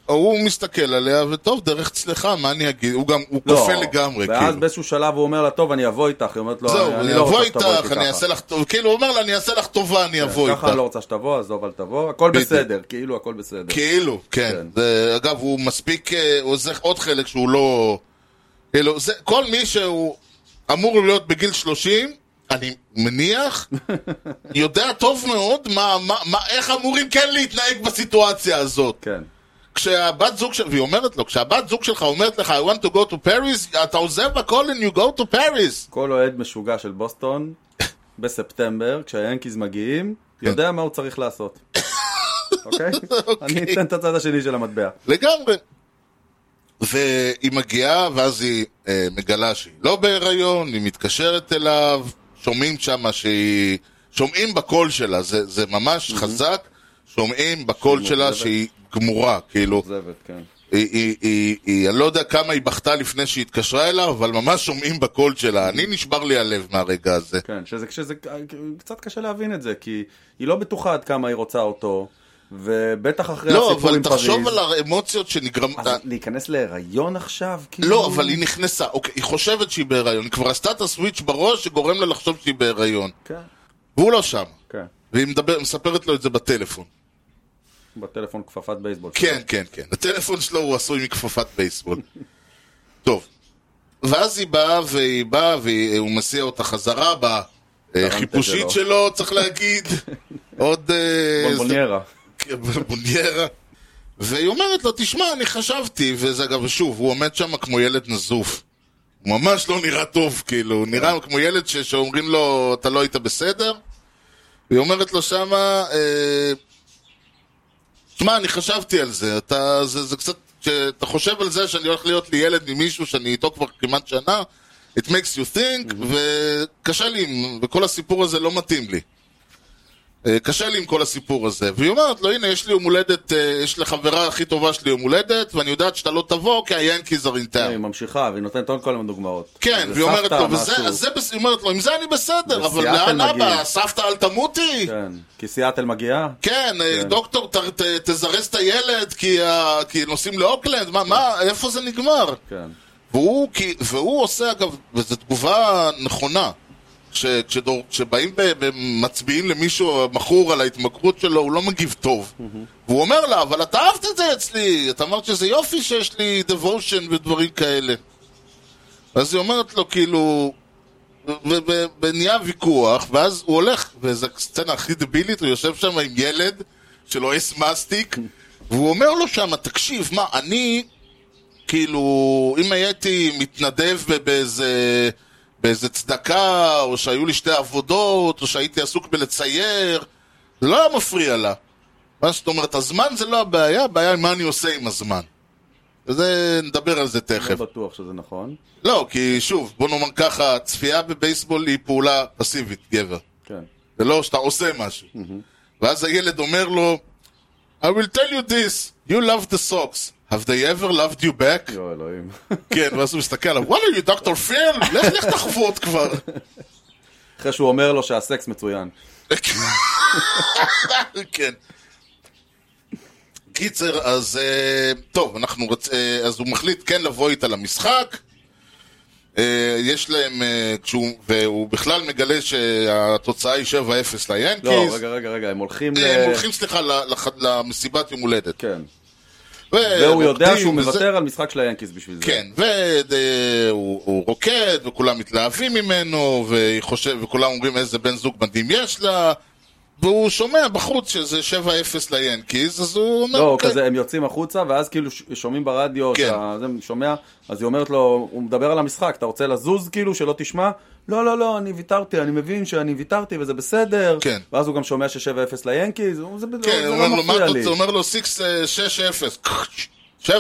והוא מסתכל עליה, וטוב, דרך צלחה, מה אני אגיד? הוא גם, הוא כופה לגמרי,
לא, ואז
כאילו.
באיזשהו שלב הוא אומר לה, טוב, אני אבוא איתך. היא אומרת לו,
זהו,
אני
אני
לא
אבוא
רוצה שתבוא איתי
איתך, אני
ככה.
אעשה לך טוב, כאילו, הוא אומר לה, אני אעשה לך טובה, אני אבוא
ככה אני
איתך.
לא רוצה שתבוא, עזוב אל תבוא, הכל
בדיוק.
בסדר, כאילו הכל בסדר.
כאילו, כן.
כן.
זה- אגב, הוא מספיק, אה, הוא זה עוד חלק שהוא לא... כאילו, זה, כל מי שהוא אמור להיות בגיל 30, אני מניח, יודע טוב מאוד מה, מה, מה, איך אמורים כן להתנהג בסיטואציה הזאת.
כן,
כשהבת זוג של... והיא אומרת לו, כשהבת זוג שלך אומרת לך, I want to go to Paris, אתה עוזב הכל and you go to Paris.
כל אוהד משוגע של בוסטון, בספטמבר, כשהיאנקיז מגיעים,
כן.
יודע מה הוא צריך לעשות. אוקיי? אני אתן את הצד השני של המטבע.
לגמרי. והיא מגיעה, ואז היא אה, מגלה שהיא לא בהיריון, היא מתקשרת אליו, שומעים שמה שהיא... שומעים בקול שלה, זה, זה ממש חזק, שומעים בקול שלה
מאוכזבת.
שהיא גמורה, כאילו,
עוזבת, כן.
היא, היא, היא, היא, אני לא יודע כמה היא בכתה לפני שהיא התקשרה אליו, אבל ממש שומעים בקול שלה, אני נשבר לי הלב מהרגע הזה.
כן, שזה, שזה קצת קשה להבין את זה, כי היא לא בטוחה עד כמה היא רוצה אותו, ובטח אחרי
לא,
הסיפור
אבל
עם פריז.
תחשוב על האמוציות שנגרם...
אז להיכנס להיריון עכשיו? כאילו...
לא, אבל היא נכנסה, אוקיי, היא חושבת שהיא בהיריון, היא כבר עשתה את הסוויץ' בראש שגורם לה לחשוב שהיא בהיריון.
כן,
והוא לא שם,
כן.
והיא מדבר, מספרת לו את זה בטלפון.
בטלפון כפפת בייסבול.
כן, כן, כן. הטלפון שלו הוא עשוי מכפפת בייסבול. טוב. ואז היא באה, והיא באה, והוא מסיע אותה חזרה בחיפושית
שלו.
שלו, צריך להגיד. עוד... אה,
בונבוניירה.
בונדיירה. והיא אומרת לו, תשמע, אני חשבתי, וזה אגב, שוב, הוא עומד שם כמו ילד נזוף. הוא ממש לא נראה טוב, כאילו, הוא נראה כמו ילד ש- שאומרים לו, אתה לא היית בסדר. והיא אומרת לו שמה, אה, תשמע, אני חשבתי על זה, אתה, זה, זה קצת, כשאתה חושב על זה שאני הולך להיות לי ילד ממישהו שאני איתו כבר כמעט שנה, it makes you think, וקשה לי, עם- וכל הסיפור הזה לא מתאים לי. אה, קשה לי עם כל הסיפור הזה. והיא אומרת לו, הנה, יש לי יום הולדת, אה, יש לחברה הכי טובה שלי יום הולדת, ואני יודעת שאתה לא תבוא, כי היאנקיז are in
היא
town.
ממשיכה, והיא נותנת עוד כל מיני דוגמאות.
כן,
זה
והיא אומרת
סבתא,
לו, וזה,
משהו.
אז זה, בס- היא אומרת לו, עם זה אני בסדר, אבל
וסיאטל
לאן אבא?
מגיעים."
סבתא אל תמותי?
כן, כי סיאטל מגיעה?
כן, אה,
כן.
דוקטור, ת, ת, תזרז את הילד כי, ה, כי נוסעים לאוקלנד, מה, מה, איפה זה נגמר?
כן.
והוא, כי, והוא עושה, אגב, וזו תגובה נכונה, ש- כשדור- כשבאים ב- ומצביעים למישהו מכור על ההתמכרות שלו, הוא לא מגיב טוב. והוא אומר לה, אבל אתה אהבת את זה אצלי, אתה אמרת שזה יופי שיש לי devotion ודברים כאלה. אז היא אומרת לו, כאילו, ו- ו- ונהיה ויכוח, ואז הוא הולך, וזו הסצנה הכי דבילית, הוא יושב שם עם ילד שלועס מסטיק, והוא אומר לו שם, תקשיב, מה, אני, כאילו, אם הייתי מתנדב ב- באיזה... באיזה צדקה, או שהיו לי שתי עבודות, או שהייתי עסוק בלצייר, זה לא היה מפריע לה. מה זאת אומרת, הזמן זה לא הבעיה, הבעיה היא מה אני עושה עם הזמן. וזה, נדבר על זה תכף.
לא בטוח שזה נכון.
לא, כי שוב, בוא נאמר ככה, צפייה בבייסבול היא פעולה פסיבית, גבר.
כן.
זה לא שאתה עושה משהו. ואז הילד אומר לו, I will tell you this, you love the socks. Have they ever loved you back?
יו, אלוהים.
כן, ואז הוא מסתכל עליו, וואלה, you דוקטור פיל, לך לך תחוות כבר.
אחרי שהוא אומר לו שהסקס מצוין.
כן. קיצר, אז אה, טוב, אנחנו רוצ... אה, אז הוא מחליט כן לבוא איתה למשחק. אה, יש להם, אה, כשהוא, והוא בכלל מגלה שהתוצאה היא 7-0 ליאנקיז.
לא, רגע, רגע, רגע, הם הולכים ל...
הם הולכים, סליחה, ל- לח- למסיבת יום הולדת.
כן.
ו-
והוא יודע
רוקדים
שהוא
וזה-
מוותר על משחק של היאנקיז בשביל זה.
כן, והוא רוקד, וכולם מתלהבים ממנו, והיא חושב, וכולם אומרים איזה בן זוג מדהים יש לה, והוא שומע בחוץ שזה 7-0 ליאנקיז, אז הוא אומר...
לא, הוא
"כן."
כזה, הם יוצאים החוצה, ואז כאילו ש- שומעים ברדיו,
כן.
שה- זה שומע, אז היא אומרת לו, הוא מדבר על המשחק, אתה רוצה לזוז כאילו, שלא תשמע? לא, לא, לא, אני ויתרתי, אני מבין שאני ויתרתי וזה בסדר.
כן.
ואז הוא גם שומע ש-7-0 ליאנקיז, הוא- זה זה
כן, הוא
לא
אומר לו, מה
מפריע
אתה
לי.
רוצה? הוא אומר לו, אה, 6-0, 7-0.
"7-0."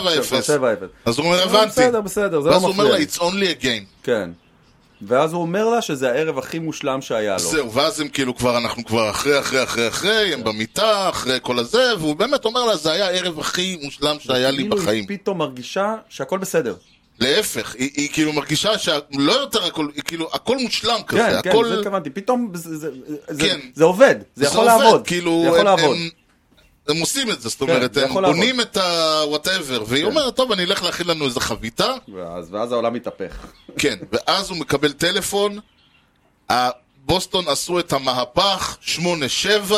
אז הוא אומר,
כן, "לא,
הבנתי.
בסדר, בסדר, זה לא
ואז הוא אומר
מפריע
לה,
לי.
it's only a game.
כן. ואז הוא אומר לה שזה הערב הכי מושלם שהיה לו.
זהו, ואז הם כאילו כבר, אנחנו כבר אחרי, אחרי, אחרי, אחרי,
כן.
הם במיטה, אחרי כל הזה, והוא באמת אומר לה, זה היה הערב הכי מושלם שהיה לי
כאילו
בחיים.
היא פתאום מרגישה שהכל בסדר.
להפך, היא, היא כאילו מרגישה שלא יותר הכל, היא כאילו, הכל מושלם כזה,
כן, כן,
הכל...
זה התכוונתי. פתאום זה- זה- זה-
כן.
זה עובד, זה יכול
עובד,
לעבוד.
כאילו,
זה יכול
הם,
לעבוד. כן,
הם, הם עושים את זה, זאת אומרת,
זה
הם
יכול לעבוד. כן.
בונים את ה-whatever, והיא אומרת, טוב, אני אלך להכין לנו איזה חביתה,
ואז ואז העולם מתהפך.
כן, ואז הוא מקבל טלפון, בוסטון עשו את המהפך, 8-7,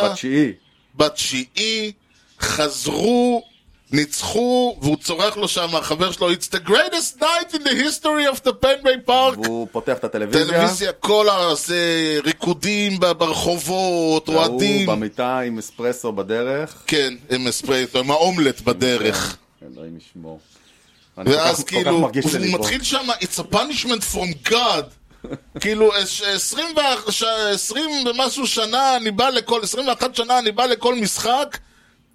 בתשיעי.
בתשיעי, חזרו, ניצחו, והוא צורח לו שם, החבר שלו, It's the greatest night in the history of the Penway Park.
והוא פותח את הטלוויזיה,
טלוויזיה, כל הזה, ריקודים ב- ברחובות,
והוא
אוהדים.
במיטה עם אספרסו בדרך.
כן, עם אספרייטו, עם האומלט בדרך.
אלוהים ישמור. אני כל כך-
ואז
כל כך
כאילו,
מרגיש
הוא
לליבו.
מתחיל שם, it's a punishment from God. כאילו, עש- עשרים ואח- ש- עשרים ומשהו שנה אני בא לכל, 21 שנה אני בא לכל משחק,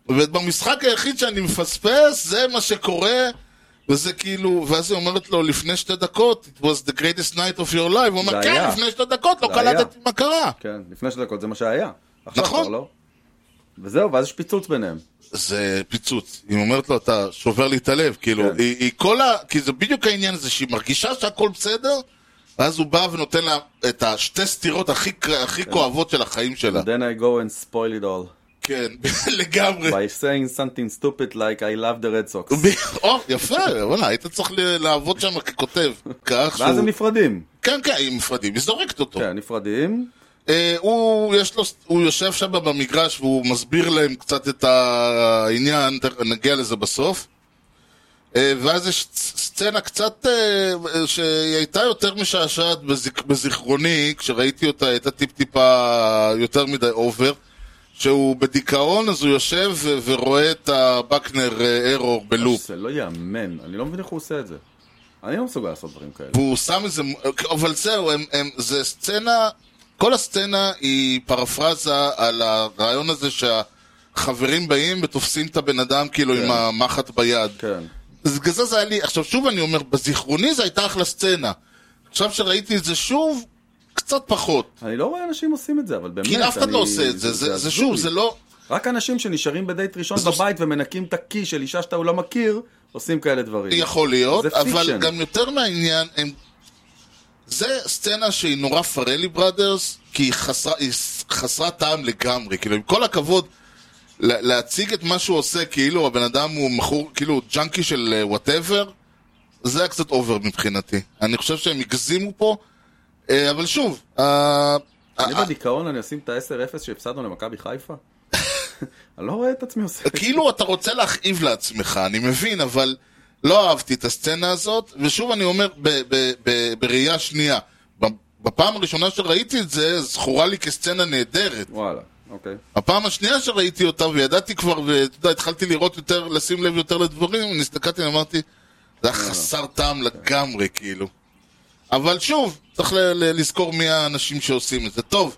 ובמשחק היחיד שאני מפספס, זה מה שקורה. וזה כאילו, ואז היא אומרת לו לפני שתי דקות, it was the greatest night of your life, הוא אומר,
זה
כן,
היה.
לפני שתי דקות, לא
זה היה.
קלטתי מה קרה.
כן, לפני שתי דקות זה מה שהיה. עכשיו
נכון.
כבר לא. וזהו, ואז יש פיצוץ ביניהם.
זה פיצוץ. היא אומרת לו, אתה שובר לי את הלב, כאילו,
כן.
היא, היא כל ה... כי זה בדיוק העניין הזה, שהיא מרגישה שהכל בסדר, ואז הוא בא ונותן לה את השתי סטירות הכי, ק- הכי כואבות של החיים שלה.
Then I go and spoil it all.
כן, לגמרי.
by saying something stupid like I love the red sox.
או, יפה, וואלה, היית צריך ל- לעבוד שם ככותב. כך
ואז
שהוא...
הם נפרדים.
כן, כן, הם נפרדים, היא זורקת אותו.
כן, נפרדים.
אה, הוא, יש לו, הוא יושב שם במגרש והוא מסביר להם קצת את העניין, תכף נגיע לזה בסוף. אה, ואז יש ס- סצנה קצת אה, אה, שהיא הייתה יותר משעשעת בזיק, בזיכרוני, כשראיתי אותה, הייתה טיפ-טיפה יותר מדי אובר. שהוא בדיכאון, אז הוא יושב ו- ורואה את הבקנר אה, ארור בלופ.
זה לא ייאמן, אני לא מבין איך הוא עושה את זה. אני לא מסוגל לעשות דברים כאלה.
והוא שם איזה... אבל זהו, הם, הם, זה סצנה... כל הסצנה היא פרפרזה על הרעיון הזה שהחברים באים ותופסים את הבן אדם כאילו עם המחט ביד.
כן.
אז בגלל זה זה היה לי... עכשיו שוב אני אומר, בזיכרוני זה הייתה אחלה סצנה. עכשיו שראיתי את זה שוב, קצת פחות.
אני לא רואה אנשים עושים את זה, אבל באמת,
כי אף אחד
אני-
לא עושה את זה, זה, זה
הזוי.
שוב, זה לא...
רק אנשים שנשארים בדייט ראשון בבית ומנקים את הקי של אישה שאתה לא מכיר, עושים כאלה דברים.
יכול להיות,
זה
אבל
fiction.
גם יותר מהעניין, הם... זה סצנה שהיא נורא פרלי בראדרס, כי היא חסרה, היא ס- חסרת טעם לגמרי. כאילו, עם כל הכבוד, לה- להציג את מה שהוא עושה, כאילו הבן אדם הוא מכור, כאילו ג'אנקי של וואטאבר, זה היה קצת אובר מבחינתי. אני חושב שהם הגזימו פה, אה, אבל שוב, אה,
אני
אה,
בדיכאון, אני אשים את ה-10-0 שהפסדנו למכבי חיפה? אני לא רואה את עצמי עושה את זה.
כאילו אתה רוצה להכאיב לעצמך, אני מבין, אבל לא אהבתי את הסצנה הזאת, ושוב אני אומר, ב- ב- ב- בראייה שנייה, ב- בפעם הראשונה שראיתי את זה, זכורה לי כסצנה נהדרת.
וואלה, אוקיי.
הפעם השנייה שראיתי אותה, וידעתי כבר, ואתה יודע, התחלתי לראות יותר, לשים לב יותר לדברים, הסתכלתי ואמרתי, זה היה חסר טעם לגמרי, כאילו. אבל שוב, צריך ל- ל- לזכור מי האנשים שעושים את זה. טוב,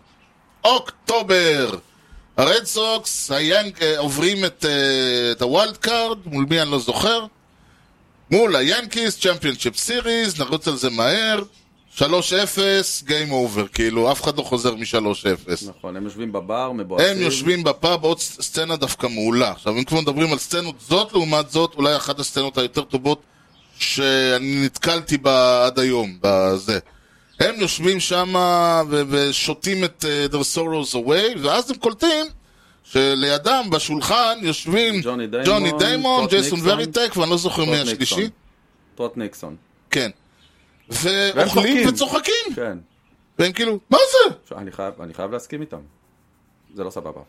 אוקטובר. הרד סוקס, היאנג, אה, עוברים את, אה, את הוולד קארד, מול מי אני לא זוכר. מול היאנקיס, צ'מפיונשיפ סיריס, נרוץ על זה מהר. 3-0, גיים אובר, כאילו, אף אחד לא חוזר מ-3-0.
נכון, הם יושבים בבר, מבואסים.
הם יושבים בפאב, עוד ס- סצנה דווקא מעולה. עכשיו, אם כבר מדברים על סצנות זאת לעומת זאת, אולי אחת הסצנות היותר טובות שאני נתקלתי בה עד היום, בזה. הם יושבים שם ו- ושותים את uh, their sorrows away, ואז הם קולטים שלידם בשולחן יושבים
ג'וני דיימון,
ג'וני דיימון
טוד
ג'ייסון
ניקסון.
וריטק, ואני לא זוכר
טוט
מי
ניקסון.
השלישי.
טוט ניקסון,
כן.
והם
ואוכלים
צוחקים.
וצוחקים,
כן.
והם כאילו, מה זה?
ש- אני חייב- אני חייב להסכים איתם. זה לא סבבה.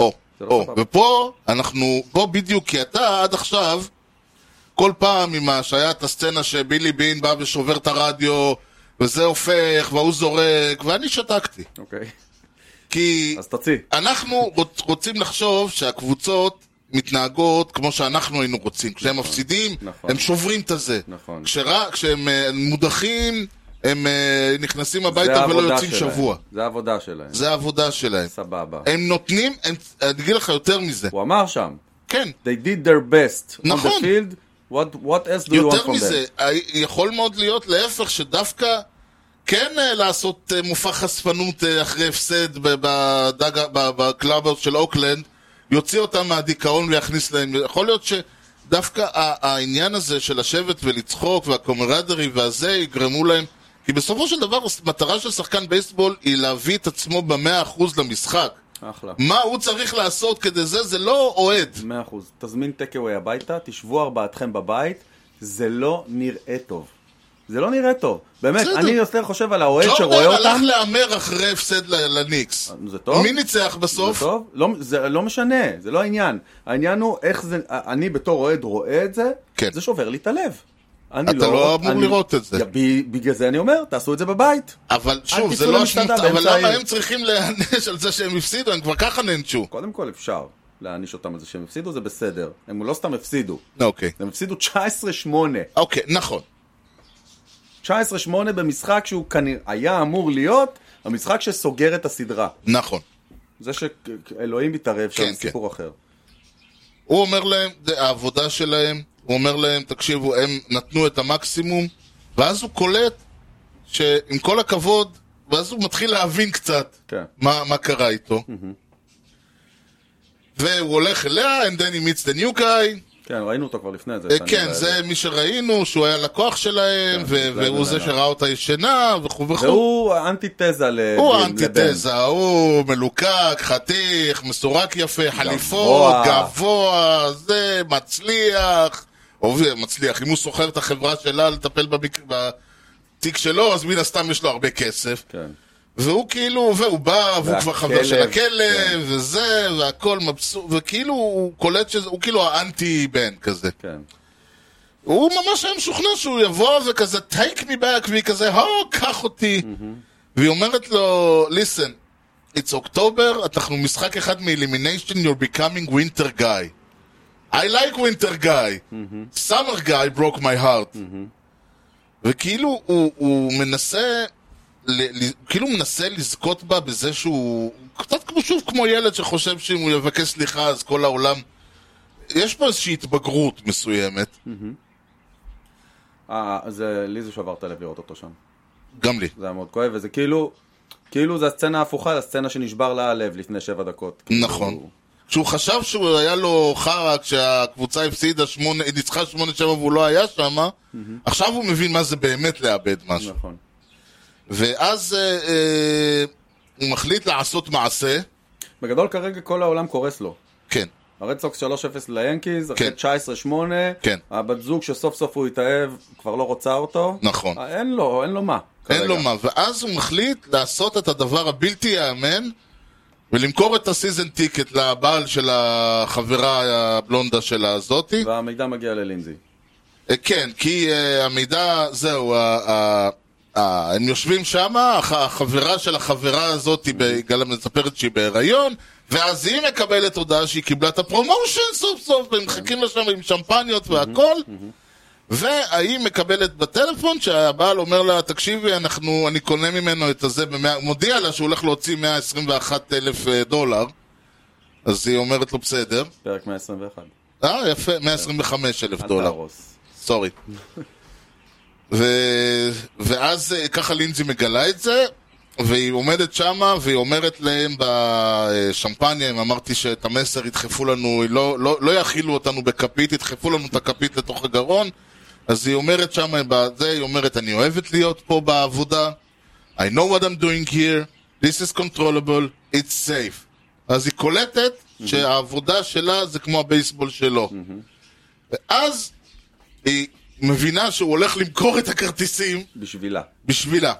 או,
זה לא
או,
סבבה.
ופה אנחנו, פה בדיוק, כי אתה עד עכשיו, כל פעם עם השעיית הסצנה שבילי בין בא ושובר את הרדיו, וזה הופך, וההוא זורק, ואני שתקתי.
אוקיי.
כי
אז תוציא.
אנחנו רוצ- רוצים לחשוב שהקבוצות מתנהגות כמו שאנחנו היינו רוצים. כשהם מפסידים,
נכון.
הם שוברים את הזה.
נכון.
כשרע- כשהם אה, מודחים, הם אה, נכנסים
זה
הביתה ולא
העבודה
יוצאים
שלהם.
שבוע.
זה העבודה שלהם.
זה העבודה שלהם.
סבבה.
הם נותנים, הם- אני אגיד לך יותר מזה.
הוא אמר שם,
כן.
they did their best on
נכון.
the field, what, what else do you want
יותר
from
מזה,
them?
ה- יכול מאוד להיות להפך, שדווקא כן אה, לעשות אה, מופע חשפנות אה, אחרי הפסד ב- בדג- ב- בקלאבר של אוקלנד, יוציא אותם מהדיכאון ויכניס להם, יכול להיות שדווקא ה- העניין הזה של לשבת ולצחוק והקומרדרי והזה יגרמו להם, כי בסופו של דבר מטרה של שחקן בייסבול היא להביא את עצמו במאה אחוז למשחק.
אחלה.
מה הוא צריך לעשות כדי זה, זה לא אוהד.
מאה אחוז. תזמין טקאווי הביתה, תשבו ארבעתכם בבית, זה לא נראה טוב. זה לא נראה טוב. באמת,
בסדר.
אני יותר חושב על האוהד שרואה
ג'ורדן הלך
אותם.
להמר אחרי הפסד ל- לניקס.
אה, זה טוב?
מי ניצח בסוף?
זה טוב? לא, זה לא משנה, זה לא העניין. העניין הוא איך זה, אני בתור אוהד רואה את זה,
כן.
זה שובר לי את הלב. אני
אתה לא אמור
אני-
לראות את זה.
ב- בגלל זה אני אומר, תעשו את זה בבית.
אבל שוב,
תצאו
זה לא
למסעדה
אשמת... אבל
באמצע
למה
העיר.
הם צריכים להיענש על זה שהם הפסידו? הם כבר ככה נענשו.
קודם כל אפשר להעניש אותם על זה שהם הפסידו, זה בסדר. הם לא סתם הפסידו.
אוקיי.
הם הפסידו 19-8.
אוקיי, נכון.
19-8 במשחק שהוא כנראה היה אמור להיות המשחק שסוגר את הסדרה.
נכון.
זה שאלוהים מתערב שם,
כן,
זה סיפור אחר.
הוא אומר להם, זה העבודה שלהם, הוא אומר להם, תקשיבו, הם נתנו את המקסימום, ואז הוא קולט שעם כל הכבוד, ואז הוא מתחיל להבין קצת
כן.
מה, מה קרה איתו. והוא הולך אליה, and then he meets the new guy,
כן, ראינו אותו כבר לפני זה.
אה,
שאני
כן,
ב-
זה מי שראינו, שהוא היה לקוח שלהם, ו-
כן, זה
והוא
זה
זה
זה.
שראה אותה ישנה, וכו' וכו'.
והוא האנטיתזה ל...
הוא
לבן.
האנטיתזה, הוא מלוקק, חתיך, מסורק יפה, חליפות, גבוה, זה, מצליח. עובד, מצליח. אם הוא סוחר את החברה שלה לטפל במק... בתיק שלו, אז מן הסתם יש לו הרבה כסף.
כן.
והוא כאילו, והוא בא, והוא כבר חבר
והכלב,
של הכלב,
כן.
וזה, והכל מבסוט, וכאילו הוא קולט שזה, הוא כאילו האנטי-בן כזה.
כן.
הוא ממש היה משוכנע שהוא יבוא וכזה take me back והיא כזה הו, קח אותי והיא אומרת לו, listen, it's October, אנחנו משחק אחד מ-Elimination, you're becoming winter guy. I like winter guy. summer guy broke my heart. וכאילו הוא, הוא מנסה, ל, ל, כאילו הוא מנסה לזכות בה בזה שהוא, קצת כמו שוב כמו ילד שחושב שאם הוא יבקש סליחה אז כל העולם, יש פה איזושהי התבגרות מסוימת.
אה, זה, לי זה שבר את הלב לראות אותו שם.
גם לי.
זה היה מאוד כואב, וזה כאילו, כאילו זה הסצנה ההפוכה לסצנה שנשבר לה הלב לפני שבע דקות. כאילו,
נכון. שהוא חשב שהוא היה לו חרא כשהקבוצה הפסידה שמונה, היא ניצחה שמונה שבע והוא לא היה שם, עכשיו הוא מבין מה זה באמת לאבד משהו.
נכון.
ואז אה, אה, הוא מחליט לעשות מעשה,
בגדול כרגע כל העולם קורס לו.
כן,
הרד סוקס 3-0 ליאנקיז, אחרי
כן.
19-8,
כן.
הבת זוג שסוף סוף הוא התאהב, כבר לא רוצה אותו.
נכון.
אה, אין לו, אין לו מה.
אין
כרגע.
לו מה, ואז הוא מחליט לעשות את הדבר הבלתי ייאמן ולמכור את הסיזן טיקט לבעל של החברה הבלונדה שלה הזאתי.
והמידע מגיע ללינזי.
אה, כן, כי uh, המידע, זהו, ה- ה- ה- הם יושבים שם, הח- החברה של החברה הזאת, היא ב- גם מספרת שהיא בהיריון, ואז היא מקבלת הודעה שהיא קיבלה את הפרומושן סוף סוף, והם מחכים לה שם עם שמפניות והכל, והיא מקבלת בטלפון שהבעל אומר לה, תקשיבי, אנחנו, אני קונה ממנו את הזה, במאה, מודיע לה שהוא הולך להוציא 121 אלף אה, דולר, אז היא אומרת לו, בסדר.
פרק 121.
אה, יפה, 125 אלף
אל
דולר.
תהרוס.
סורי. ו... ואז אה, ככה לינזי מגלה את זה, והיא עומדת שמה, והיא אומרת להם בשמפניה, אם אמרתי שאת המסר ידחפו לנו, לא, לא, לא יכילו אותנו בכפית, ידחפו לנו את הכפית לתוך הגרון, אז היא אומרת שמה, בזה, היא אומרת, אני אוהבת להיות פה בעבודה, I know what I'm doing here, this is controllable, it's safe. אז היא קולטת שהעבודה שלה זה כמו הבייסבול שלו. ואז היא מבינה שהוא הולך למכור את הכרטיסים
בשבילה.
בשבילה.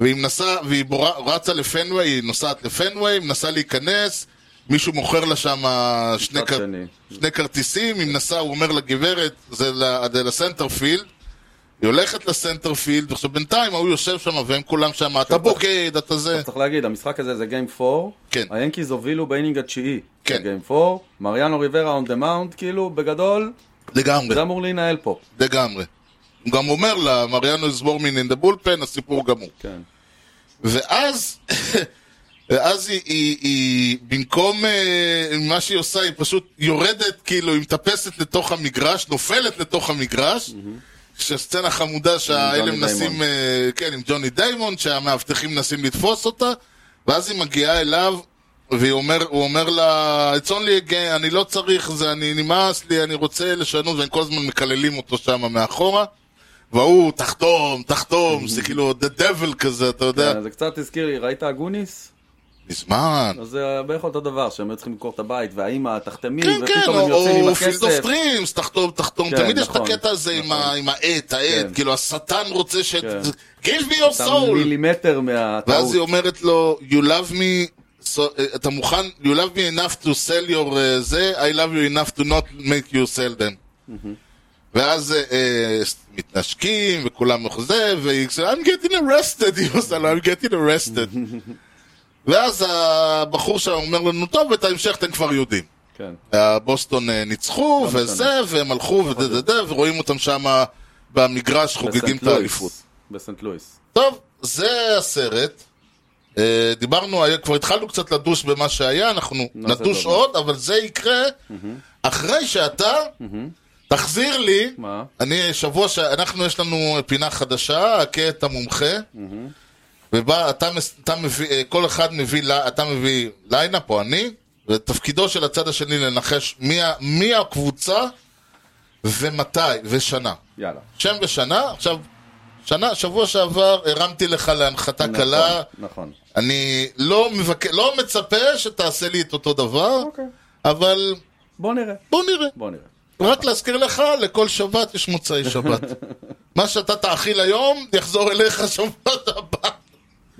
והיא מנסה, והיא בורה, רצה לפנוויי, היא נוסעת לפנוויי, מנסה להיכנס, מישהו מוכר לה שם אה, שני,
מצד
כר...
שני.
שני כרטיסים, היא מנסה, הוא אומר לגברת, זה, ל... זה לסנטרפילד, היא הולכת לסנטרפילד, ועכשיו בינתיים ההוא יושב שם, והם כולם שם, אתה בוגד, אתה זה.
צריך להגיד, המשחק הזה זה Game 4,
כן.
היאנקיז הובילו באינינג התשיעי.
כן.
Game 4, מריאנו ריברה on the mound, כאילו, בגדול,
כן. לגמרי,
זה אמור להינהל פה.
לגמרי. הוא גם אומר לה, מריאנו is warming in the bullpen, הסיפור גמור.
כן.
ואז, ואז היא, היא, היא במקום אה, מה שהיא עושה, היא פשוט יורדת, כאילו, היא מטפסת לתוך המגרש, נופלת לתוך המגרש. שהסצנה חמודה שהאלה
ג'וני
מנסים,
דיימון.
אה, כן, עם ג'וני דיימון, שהמאבטחים מנסים לתפוס אותה, ואז היא מגיעה אליו, והוא אומר, הוא אומר לה, it's only a game, אני לא צריך זה, אני נמאס לי, אני רוצה לשנות, והם כל הזמן מקללים אותו שם מאחורה, והוא, תחתום, תחתום, זה כאילו the devil כזה, אתה יודע.
כן, זה קצת הזכיר לי, ראית אגוניס?
מזמן.
אז זה בערך אותו דבר, שהם היו צריכים למכור את הבית, והאימא, תחתמי,
כן, כן,
ופתאום הם יוצאים עם
או פילד אוף
הכסף.
דרימס, תחתום, תחתום.
כן,
תמיד יש את
נכון,
הקטע הזה עם ה- עם העט, העט.
כן.
כאילו, השטן רוצה ש...
כן.
Give me your
אתה
soul.
מילימטר
ואז
מהטעות.
היא אומרת לו, you love me, so, uh, אתה מוכן, you love me enough to sell your uh, זה, I love you enough to not make you sell them. ואז uh, uh, מתנשקים, וכולם מחזה, והיא כזה, I'm getting arrested, היא עושה לו, I'm getting arrested. ואז הבחור שם אומר לנו, טוב, את ההמשך אתם כבר יודעים.
כן.
בוסטון אה, ניצחו, וזה, והם הלכו, ודדדד, ורואים אותם שם במגרש חוגגים
בסנט
את
לואיס.
האליפות.
בסנט לואיס.
טוב, זה הסרט. אה, דיברנו, אה, כבר התחלנו קצת לדוש במה שהיה, אנחנו
נעשה
נדוש
טוב.
עוד, אבל זה יקרה אחרי שאתה תחזיר לי,
מה?
אני שבוע ש... אנחנו, יש לנו פינה חדשה, הכה את המומחה, ובה אתה, מס- אתה מביא, אה, כל אחד מביא, ל- אתה מביא ליינאפ או אני, ותפקידו של הצד השני לנחש מי, ה- מי הקבוצה ומתי ושנה.
יאללה.
שם ושנה, עכשיו, שנה, שבוע שעבר הרמתי לך להנחתה
נכון,
קלה,
נכון.
אני לא, מבק... לא מצפה שתעשה לי את אותו דבר,
אוקיי.
אבל
בוא נראה.
בוא נראה.
בוא נראה.
רק להזכיר לך, לכל שבת יש מוצאי שבת. מה שאתה תאכיל היום, יחזור אליך שבת הבא.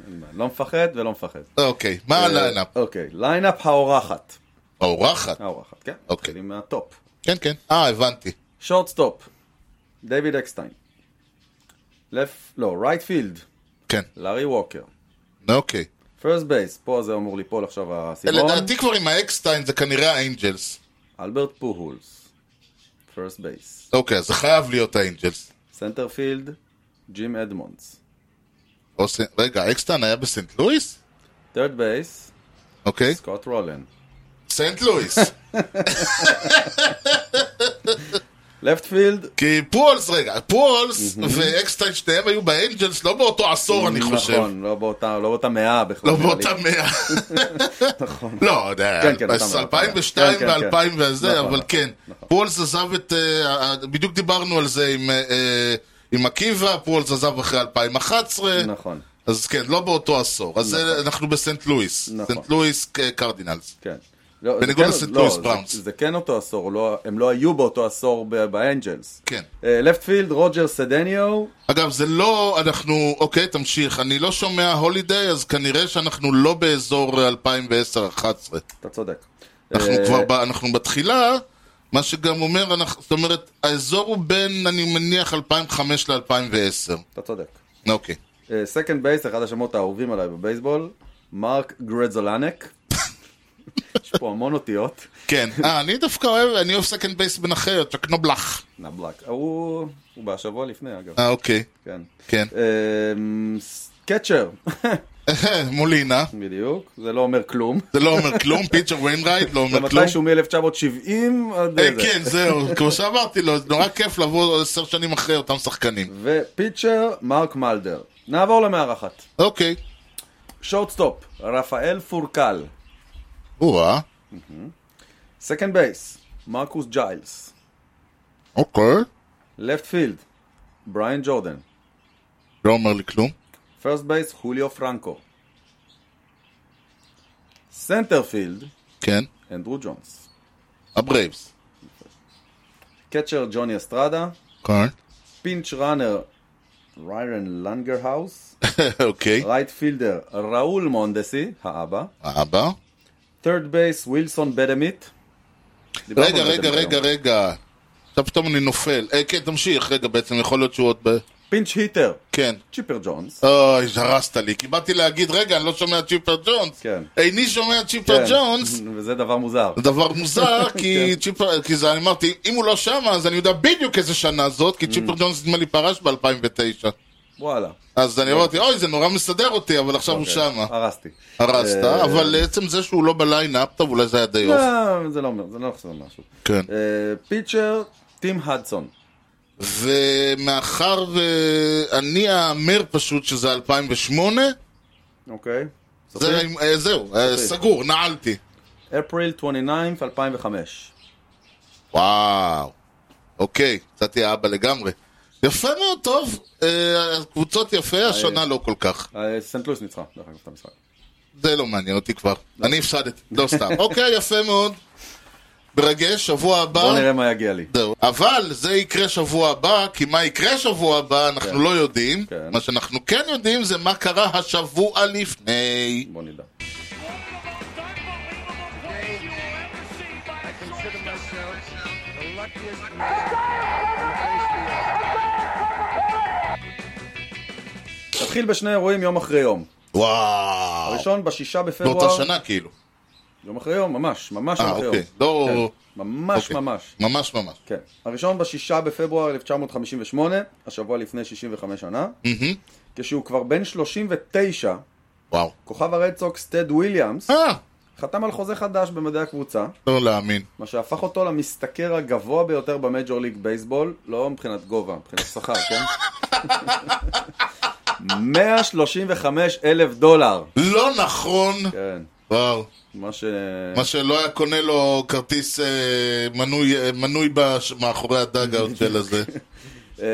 אין בעיה. לא מפחד ולא מפחד.
אוקיי, מה הליינאפ?
אה, אוקיי. ליינאפ האורחת.
האורחת.
האורחת, כן.
אוקיי.
נתחיל עם מהטופ.
כן, כן. אה, הבנתי.
שורטסטופ. דיוויד אקסטיין. לפ... לא, רייט פילד.
כן,
לארי ווקר.
אוקיי.
פרסט בייס. פה זה אמור ליפול עכשיו האסימון.
לדעתי כבר עם האקסטיין זה כנראה האנג'לס.
אלברט פוהולס. פרסט בייס.
אוקיי, אז זה חייב להיות האנג'לס.
סנטרפילד, ג'ים אדמונדס.
או ס- רגע, האקסטיין היה בסנט לואיס?
טרד בייס,
אוקיי.
סקוט רולן.
סנט לואיס.
לפט פילד,
כי פולס, רגע, פולס ואקסטיין שניהם היו באנג'לס לא באותו עשור, אני חושב.
נכון, לא באותה, לא באותה מאה בכלל.
לא
נראה לי.
באותה מאה. לא,
כן, כן, אותה מאה, אותה
2002
מאה. כן,
ו-2000
כן,
וזה,
נכון,
אבל
נכון,
כן.
נכון.
פולס עזב את... אה, ה- בדיוק דיברנו על זה עם, אה, אה, עם עקיבא, פולס עזב אחרי 2011.
נכון,
אז כן, לא באותו עשור. אז זה- אנחנו בסנט לואיס.
נכון.
סנט לואיס אה, קרדינלס.
כן. לא, זה
בניגוד
כן-
לסנט
לא,
לואיס
זה-
בראונס.
זה כן אותו עשור, לא- הם לא היו באותו עשור ב- באנג'לס.
כן.
לפט פילד, רוג'ר סדניו,
אגב, זה לא, אנחנו, אוקיי, תמשיך. אני לא שומע הולידיי, אז כנראה שאנחנו לא באזור 2010-2011.
אתה צודק.
אנחנו
אה,
כבר, ב- אנחנו בתחילה, מה שגם אומר, אנחנו- זאת אומרת, האזור הוא בין, אני מניח, 2005 ל-2010.
אתה צודק. אה,
אוקיי.
סקנד בייס, אחד השמות האהובים עליי בבייסבול, מרק גרזולנק. יש פה המון אותיות.
כן, אה, אני דווקא אוהב, אני אוהב סקנד בייס בן אחיות, צ'קנובלח.
נבלק. הוא הוא בשבוע לפני, אגב.
אה, אוקיי,
כן.
כן.
אמ, קצ'ר.
מולינה,
בדיוק. זה לא אומר כלום.
זה לא אומר כלום, פיצ'ר ויינרייט לא
זה
אומר כלום.
מתישהו מ-1970 עד
אה,
זה.
כן, זהו, כמו שאמרתי לו, זה נורא כיף לבוא עוד עשר שנים אחרי אותם שחקנים.
ופיצ'ר מרק מלדר. נעבור למארחת.
אוקיי,
שורטסטופ, רפאל פורקל.
או-אה,
סקנד בייס, מרקוס ג'יילס.
אוקיי,
לפט פילד, בריין ג'ורדן.
לא אומר לי כלום.
פרסט בייס, חוליו פרנקו. סנטר פילד,
כן,
אנדרו ג'ונס.
הברייבס.
קצ'ר ג'וני אסטרדה,
כן,
פינץ' ראנר ריירן לנגרהאוס,
אוקיי,
רייט פילדר ראול מונדסי, האבא,
אבא.
third בייס ווילסון בדמית. דיברנו
רגע,
על
רגע,
בדמית
רגע,
היום.
רגע. עכשיו פתאום אני נופל. אה, כן, תמשיך, רגע, בעצם יכול להיות שהוא עוד ב...
פינץ' היטר,
כן.
צ'יפר ג'ונס,
אוי, הרסת לי, כי באתי להגיד, רגע, אני לא שומע צ'יפר ג'ונס.
כן.
איני שומע צ'יפר
כן,
ג'ונס.
וזה דבר מוזר.
זה דבר מוזר, כי צ'יפר, כי זה, אני אמרתי, אם הוא לא שם, אז אני יודע בדיוק איזה שנה זאת,
Mm.
כי צ'יפר ג'ונס נדמה לי פרש ב-2009.
וואלה.
אז
כן.
אני אמרתי, אוי, זה נורא מסדר אותי, אבל עכשיו הוא שמה.
הרסתי.
הרסת,
אוקיי. אה,
אבל עצם זה שהוא לא בליינאפ, טוב, אולי זה היה די אוף.
לא, זה לא אומר, זה לא חסר משהו.
כן.
אה, פיצ'ר, טים הדסון.
ומאחר ואני האמר פשוט שזה 2008,
אוקיי.
זה- אה, זהו, אה, סגור, נעלתי.
אפריל 29, 2005.
וואו. אוקיי, יצאתי האבא לגמרי. יפה מאוד, טוב. אה, הקבוצות יפה, השנה לא כל כך.
אה, סנט לואיס ניצחה, דרך אגב, את המשחק.
זה לא מעניין אותי כבר. אני הפסדתי, לא סתם. אוקיי, יפה מאוד. מרגש, שבוע
בואו
הבא.
נראה מה יגיע לי.
זהו. אבל זה יקרה שבוע הבא, כי מה יקרה שבוע הבא אנחנו לא יודעים.
כן.
מה שאנחנו כן יודעים זה מה קרה השבוע לפני.
בואו נדע.
I consider myself the luckiest man.
נתחיל בשני אירועים יום אחרי יום.
וואו.
הראשון בשישה בפברואר.
אה. באותה שנה כאילו.
יום אחרי יום, ממש, ממש
אה,
יום אחרי יום.
אוקיי. לא-
כן, ממש
אוקיי.
ממש.
ממש ממש.
כן. הראשון בשישה בפברואר 1958, השבוע לפני 65 שנה,
מהמם.
כשהוא כבר בן 39,
וואו.
כוכב הרד סוקס טד וויליאמס
אה,
חתם על חוזה חדש במדעי הקבוצה,
לא להאמין.
מה שהפך אותו למשתכר הגבוה ביותר במייג'ור ליג בייסבול, לא מבחינת גובה, מבחינת שכר, כן? 135 אלף דולר.
לא נכון.
כן,
וואו.
מה ש...
מה שלא היה קונה לו כרטיס אה, מנוי, אה, מנוי בש... מאחורי הדג האוט של הזה.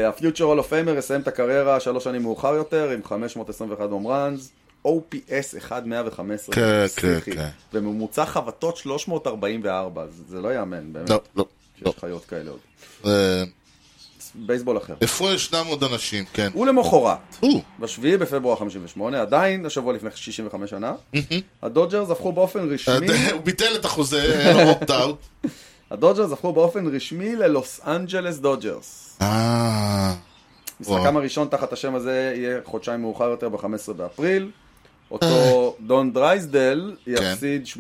הפיוטר הול אוף פיימר יסיים את הקריירה שלוש שנים מאוחר יותר עם 521 הום ראנס, OPS 1.115,
כן,
פסיכי.
כן, כן.
וממוצע חבטות 344, זה זה לא יאמן, באמת,
לא, לא, לא.
שיש חיות כאלה עוד.
אה,
בייסבול אחר.
איפה ישנם עוד אנשים, כן.
ולמחרת,
או,
ב-7 בפברואר 58, עדיין השבוע לפני 65 שנה, הדודג'רס הפכו באופן רשמי,
אה, הוא ביטל את החוזה, אה, היה לו אופט-אאוט.
הדודג'רס הפכו באופן רשמי ללוס אנג'לס דודג'רס.
אה,
משחקם הראשון תחת השם הזה יהיה חודשיים מאוחר יותר, ב-15 באפריל. אותו דון דרייסדל יפסיד 8-0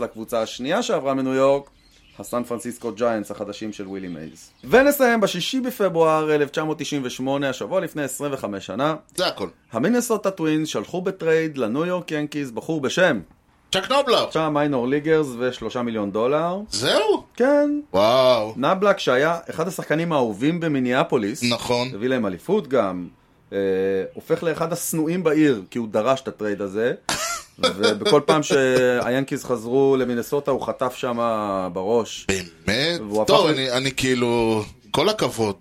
לקבוצה השנייה שעברה מניו יורק, הסן פרנסיסקו ג'יינטס החדשים של ווילי מייז. ונסיים ב-6 בפברואר 1998, השבוע לפני 25 שנה,
זה הכל.
המינסוטה טווינס שלחו בטרייד לניו יורק ינקיז בחור בשם
צ'ק נובלר,
שלושה מיינור ליגרס ושלושה מיליון דולר.
זהו?
כן.
וואו,
נבלק שהיה אחד השחקנים האהובים במיניאפוליס.
נכון.
הביא להם אליפות גם. אה, הופך לאחד השנואים בעיר כי הוא דרש את הטרייד הזה. ובכל פעם שהיאנקיז חזרו למינסוטה הוא חטף שם בראש.
באמת?
והוא הפך
טוב,
ל-
אני- אני כאילו, כל הכבוד.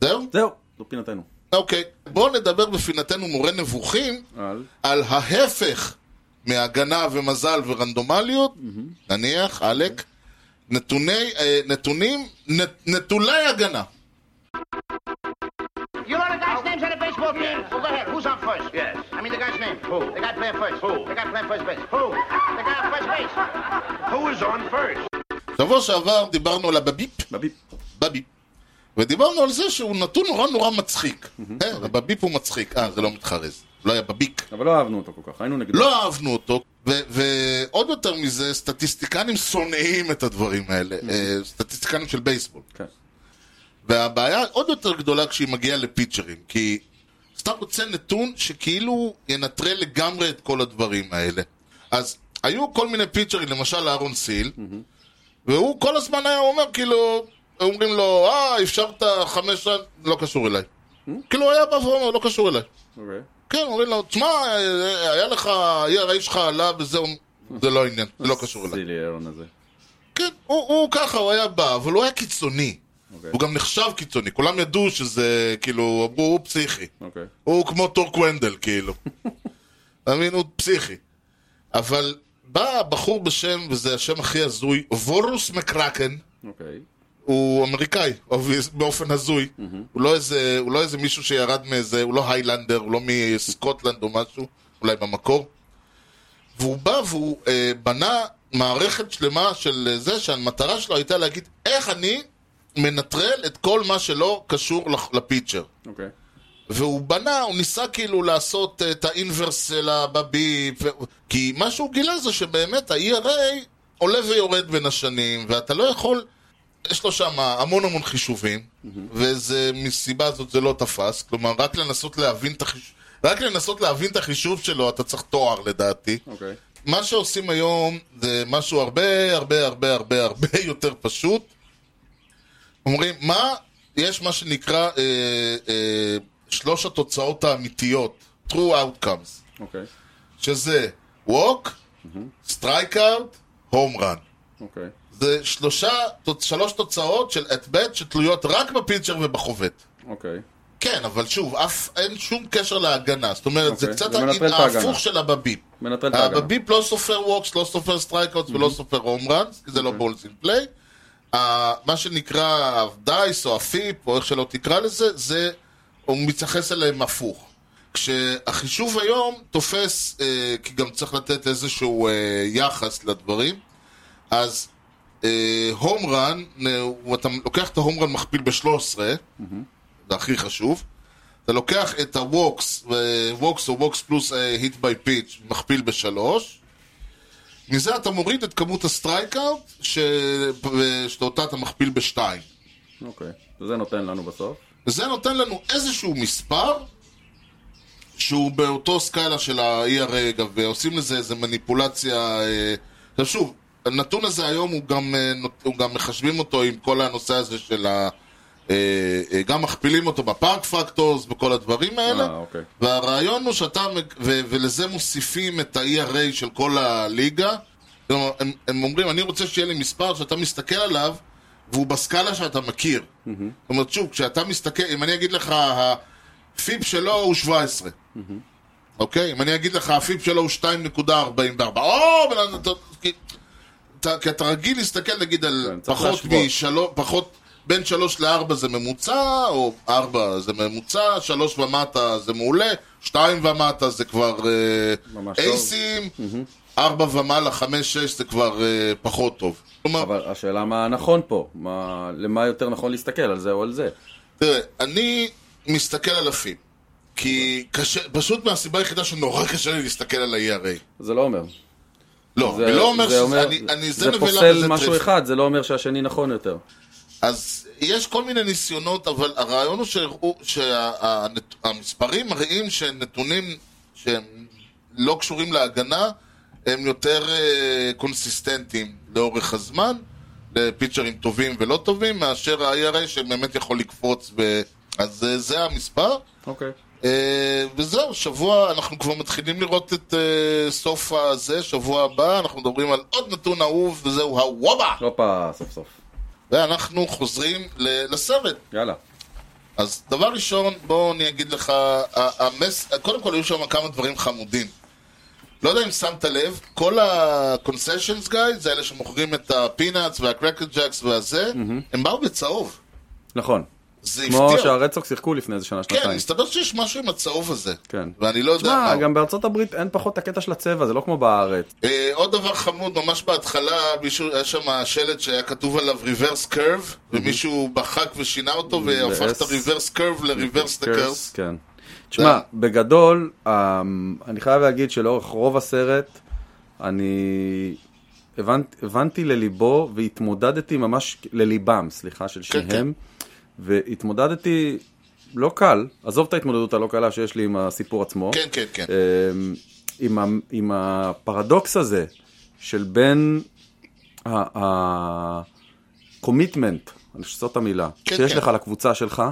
זהו?
זהו, זו פינתנו.
אוקיי. בואו נדבר בפינתנו מורה נבוכים
על.
על ההפך מהגנה ומזל ורנדומליות,
Mm-hmm.
נניח, עלק, נתוני, אה, נתונים, נ- נטולי הגנה.
You know the guy's names on the baseball team? Well, go ahead. Who's on first? Yes. I mean the guy's name. Who? The guy playing first. Who? The guy playing first base. Who? The guy on first base. Who is on first?
שבוע שעבר דיברנו על הבביפ,
בביפ.
בביפ,
Mm-hmm.
ודיברנו על זה שהוא נתון נורא נורא מצחיק. אה, הבביפ הוא מצחיק, אה, זה לא מתחרז. לא היה בביק.
אבל לא אהבנו אותו כל כך, היינו נגדו.
לא אהבנו אותו, ו- ועוד יותר מזה, סטטיסטיקנים שונאים את הדברים האלה, אה, סטטיסטיקנים של בייסבול.
כן.
והבעיה עוד יותר גדולה כשהיא מגיעה לפיצ'רים, כי סתם רוצה נתון שכאילו ינטרל לגמרי את כל הדברים האלה. אז היו כל מיני פיצ'רים, למשל אהרון סיל, והוא כל הזמן היה אומר, כאילו, אומרים לו, אה, אפשרת חמש רן, לא קשור אליי. כאילו, הוא היה בא ואומר, לא קשור אליי.
אוקיי.
כן, אומרים לו, תשמע, אה, היה לך, ה-ERA שלך עלה וזהו, זה לא עניין, זה לא קשור אליי.
סילי אהרון הזה.
כן, הוא, הוא ככה, הוא היה בא, אבל הוא היה קיצוני.
אוקיי.
הוא גם נחשב קיצוני, כולם ידעו שזה, כאילו, אמרו, הוא פסיכי.
אוקיי.
הוא כמו טורק ונדל, כאילו. אתה מבין, הוא פסיכי. אבל בא בחור בשם, וזה השם הכי הזוי, וורוס מקרקן,
אוקיי.
הוא אמריקאי, obvious, באופן הזוי. הוא לא איזה- הוא לא איזה מישהו שירד מאיזה, הוא לא היילנדר, הוא לא מסקוטלנד או משהו, אולי במקור. והוא בא והוא אה, בנה מערכת שלמה של אה, זה, שהמטרה שלו הייתה להגיד איך אני מנטרל את כל מה שלא קשור לח- לפיצ'ר.
אוקיי.
והוא בנה, הוא ניסה כאילו לעשות את האינברס שלה בביפ, ו- כי מה שהוא גילה זה שבאמת ה-ERA עולה ויורד בין השנים, ואתה לא יכול, יש לו שם המון המון חישובים, וזה, מסיבה זאת זה לא תפס, כלומר, רק לנסות להבין את החישוב, רק לנסות להבין את החישוב שלו אתה צריך תואר לדעתי.
אוקיי.
מה שעושים היום זה משהו הרבה הרבה הרבה הרבה הרבה יותר פשוט. אומרים, מה, יש מה שנקרא אה, אה, שלוש התוצאות האמיתיות, true outcomes,
אוקיי.
שזה walk, strike out, home run.
אוקיי.
זה שלושה, תוצ- שלוש תוצאות של at bat שתלויות רק בפיצ'ר ובחובט.
אוקיי.
כן, אבל שוב, אף, אין שום קשר להגנה, זאת אומרת, זה
אוקיי,
קצת
זה מנטרל את ההגנה.
ההפוך שלה בביפ.
מנטרל את ההגנה.
בביפ לא סופר ווקס, לא סופר סטרייקאוטס ולא סופר הום ראנס, כי זה לא בולס אין פליי. אה, מה שנקרא הדייס או הפיפ, או איך שלא תקרא לזה, זה, הוא מתייחס אליהם הפוך. כשהחישוב היום תופס, אה, כי גם צריך לתת איזשהו אה, יחס לדברים, אז אה, הום רן, אתה לוקח את ההום רן מכפיל ב-13, זה הכי חשוב. אתה לוקח את הווקס, אה, ווקס או ווקס פלוס אה, היט ביי פיץ', מכפיל בשלוש. מזה אתה מוריד את כמות הסטרייקאוט, ש- ו- שאותה אתה מכפיל בשתיים.
אוקיי. זה נותן לנו בסוף.
וזה נותן לנו איזשהו מספר, שהוא באותו סקאלה של ה-ERA, אגב, ועושים לזה איזה מניפולציה... אה, עכשיו שוב, הנתון הזה היום הוא גם, אה, נות- הוא גם מחשבים אותו עם כל הנושא הזה של ה... אה, אה, גם מכפילים אותו בפארק פקטורס וכל הדברים האלה.
אה, אוקיי.
והרעיון הוא שאתה, מג- ו, ולזה מוסיפים את ה-ERA של כל הליגה. כלומר, הם, הם אומרים, אני רוצה שיהיה לי מספר שאתה מסתכל עליו, והוא בסקאלה שאתה מכיר. Mm-hmm. זאת אומרת, שוב, כשאתה מסתכל, אם אני אגיד לך, הפיפ שלו הוא 17. אוקיי? אם אני אגיד לך, הפיפ שלו הוא 2.44, או, בן אדם, אתה- כי- אתה- כי אתה רגיל להסתכל, נגיד, על
כן, צריך
פחות
להשוות.
משלוש, פחות, בין שלוש לארבע זה ממוצע, או ארבע זה ממוצע, שלוש ומטה זה מעולה, שתיים ומטה זה כבר אה,
ממש טוב.
אייסים, ארבע ומעלה, חמש, שש זה כבר אה, פחות טוב. כלומר,
אבל השאלה מה נכון פה? מה- למה יותר נכון להסתכל? על זה או על זה?
תראה, אני מסתכל על הפים. כי
אוקיי.
קשה, פשוט מהסיבה היחידה שנורא קשה לי להסתכל על ה-ERA.
זה לא אומר.
לא,
זה-
אני לא אומר
זה
שזה, אני- אני, זה
זה
נבלה וזה
פוסל משהו
טריפה.
אחד, זה לא אומר שהשני נכון יותר.
אז יש כל מיני ניסיונות, אבל הרעיון הוא שהראו- שהמספרים מראים שנתונים שהם לא קשורים להגנה, הם יותר אה, קונסיסטנטיים לאורך הזמן, לפיצ'רים טובים ולא טובים, מאשר ה-IRA שבאמת יכול לקפוץ, ו... אז אה, זה המספר.
אוקיי.
אה, וזהו, שבוע, אנחנו כבר מתחילים לראות את אה, סוף הזה, שבוע הבא, אנחנו מדברים על עוד נתון אהוב, וזהו הוואבה!
הופה, סוף סוף.
ואנחנו חוזרים ל- לסרט.
יאללה.
אז דבר ראשון, בואו אני אגיד לך, ה- המס... קודם כל היו שם כמה דברים חמודים. לא יודע אם שמת לב, כל ה-concessions guys, זה אלה שמוכרים את הפינאץ והקרקר ג'קס והזה, הם באו בצהוב.
נכון.
זה
כמו
הפתיע.
שהרדסוק שיחקו לפני איזה שנה,
כן,
שנתיים.
מסתבר שיש משהו עם הצהוב הזה.
כן.
ואני לא יודע מה
תשמע,
הוא.
גם בארצות הברית אין פחות את הקטע של הצבע, זה לא כמו בארץ.
אה, עוד דבר חמוד, ממש בהתחלה, מישהו, היה שם שלט שהיה כתוב עליו reverse curve, ומישהו בחק ושינה אותו, והפך את
ב-S.
ה-reverse curve ל-reverse the curse.
כן. תשמע, בגדול, אה, אני חייב להגיד שלאורך רוב הסרט, אני הבנ- הבנתי לליבו והתמודדתי ממש, לליבם, סליחה,
כן,
של שניהם, והתמודדתי לא קל, עזוב את ההתמודדות הלא קלה שיש לי עם הסיפור עצמו.
כן, כן, כן.
אמ, עם, ה, עם הפרדוקס הזה של בין ה-commitment, אני חושב שזאת המילה,
כן,
שיש
כן.
לך לקבוצה שלך,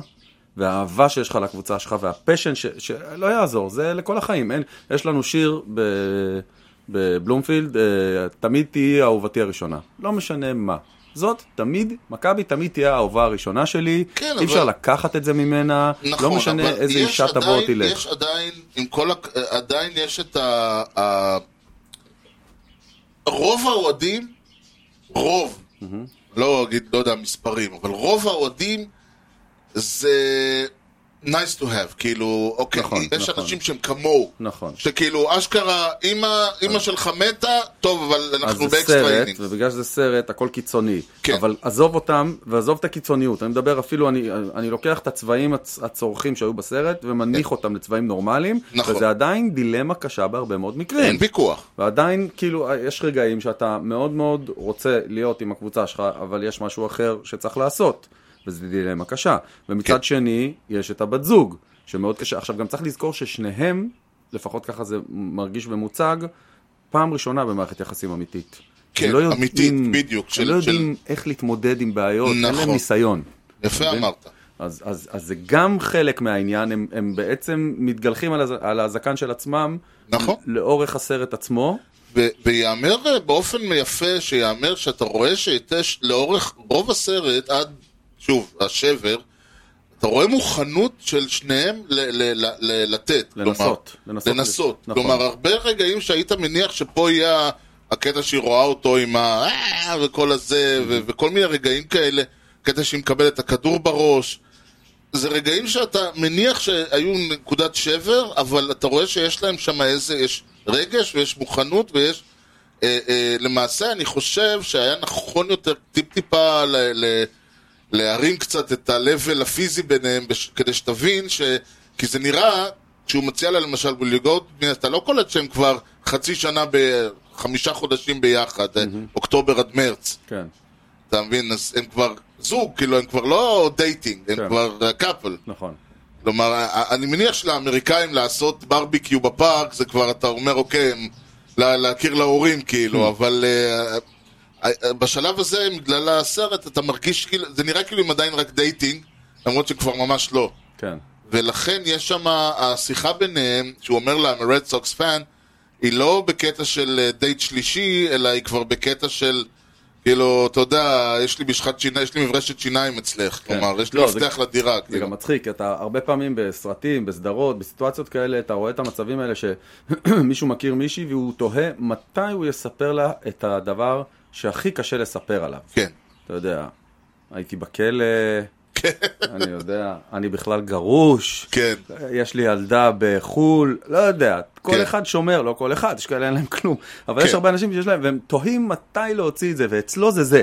והאהבה שיש לך לקבוצה שלך, והפשן ש... שלא יעזור, זה לכל החיים. אין, יש לנו שיר ב... בבלומפילד, אה, תמיד תהיי אהובתי הראשונה. לא משנה מה. זאת תמיד, מכבי תמיד תהיה האהובה הראשונה שלי,
כן,
אי
אבל-
אפשר לקחת את זה ממנה,
נכון,
לא משנה
אבל
איזה
יש
אישה תבוא או
עדיין-
תלך.
יש עדיין, עם כל, הק- עדיין יש את ה... ה... רוב האוהדים, רוב, לא אגיד, לא יודע מספרים, אבל רוב האוהדים זה nice to have, כאילו, אוקיי,
נכון,
יש
נכון.
אנשים שהם כמוהו.
נכון.
שכאילו, אשכרה, אמא, אמא שלך מתה, טוב, אבל
אז
אנחנו
זה
באקסטרה
סרט,
אינינג.
ובגלל שזה סרט, הכל קיצוני.
כן.
אבל עזוב אותם, ועזוב את הקיצוניות. אני מדבר אפילו, אני, אני לוקח את הצבעים הצ- הצורכים שהיו בסרט, ומנמיך אותם לצבעים נורמליים,
כן. נכון.
וזה עדיין דילמה קשה בהרבה מאוד מקרים.
אין ויכוח.
ועדיין, כאילו, יש רגעים שאתה מאוד מאוד רוצה להיות עם הקבוצה שלך, אבל יש משהו אחר שצריך לעשות, וזו דילמה קשה. ומצד
כן.
שני, יש את הבת זוג, שמאוד קשה. עכשיו, גם צריך לזכור ששניהם, לפחות ככה זה מרגיש ומוצג, פעם ראשונה במערכת יחסים אמיתית.
כן,
הם לא יודעים-
אמיתית, בדיוק,
הם
של-
לא יודעים איך להתמודד עם בעיות, אין להם
נכון.
ניסיון.
יפה
מבין?
אמרת.
אז, אז, אז זה גם חלק מהעניין, הם, הם בעצם מתגלחים על, הז, על הזקן של עצמם,
נכון.
לאורך הסרט עצמו,
ו- ויאמר אה, באופן יפה, שיאמר שאתה רואה שהיטש לאורך רוב הסרט, עד, שוב, השבר, אתה רואה מוכנות של שניהם ל- ל- ל- ל- לתת.
לנסות,
כלומר,
לנסות.
לנסות.
נכון.
כלומר, הרבה רגעים שהיית מניח שפה יהיה הקטע שהיא רואה אותו עם ה... "אה", וכל הזה, ו- וכל מיני רגעים כאלה, קטע שהיא מקבלת את הכדור בראש. זה רגעים שאתה מניח שהיו נקודת שבר, אבל אתה רואה שיש להם שם איזה, יש רגש ויש מוכנות ויש... אה, אה, למעשה אני חושב שהיה נכון יותר טיפ-טיפה ל, ל, להרים קצת את ה-level הפיזי ביניהם בש, כדי שתבין ש... כי זה נראה שהוא מציע לה למשל בליגות, אתה לא קולט שהם כבר חצי שנה בחמישה חודשים ביחד, אה, אוקטובר עד מרץ.
כן,
אתה מבין? אז הם כבר זוג, כאילו, הם כבר לא דייטינג, הם
כן.
כבר אה, קאפל.
נכון.
כלומר, ה- ה- אני מניח שלאמריקאים לעשות ברביקיו בפארק, זה כבר, אתה אומר, אוקיי, הם, לה, להכיר להורים,
Hmm.
כאילו, אבל אה, אה, אה, בשלב הזה, בגלל הסרט, אתה מרגיש כאילו, זה נראה כאילו הם עדיין רק דייטינג, למרות שכבר ממש לא.
כן,
ולכן יש שם, השיחה ביניהם, שהוא אומר להם, רד סוקס פן, היא לא בקטע של אה, דייט שלישי, אלא היא כבר בקטע של, כאילו, אתה יודע, יש לי משחת שיניים, יש לי מברשת שיניים אצלך, כלומר, יש לי
לא, זה-
מפתח לדירה,
זה
כאילו.
גם מצחיק, כי אתה הרבה פעמים בסרטים, בסדרות, בסיטואציות כאלה, אתה רואה את המצבים האלה שמישהו מכיר מישהי והוא תוהה מתי הוא יספר לה את הדבר שהכי קשה לספר עליו.
כן.
אתה יודע, הייתי בכלא, אני יודע, אני בכלל גרוש,
כן.
יש לי ילדה בחו"ל, לא יודע, כל
כן.
אחד שומר, לא כל אחד, יש כאלה אין להם כלום, אבל
כן.
יש הרבה אנשים שיש להם, והם תוהים מתי להוציא את זה, ואצלו זה זה.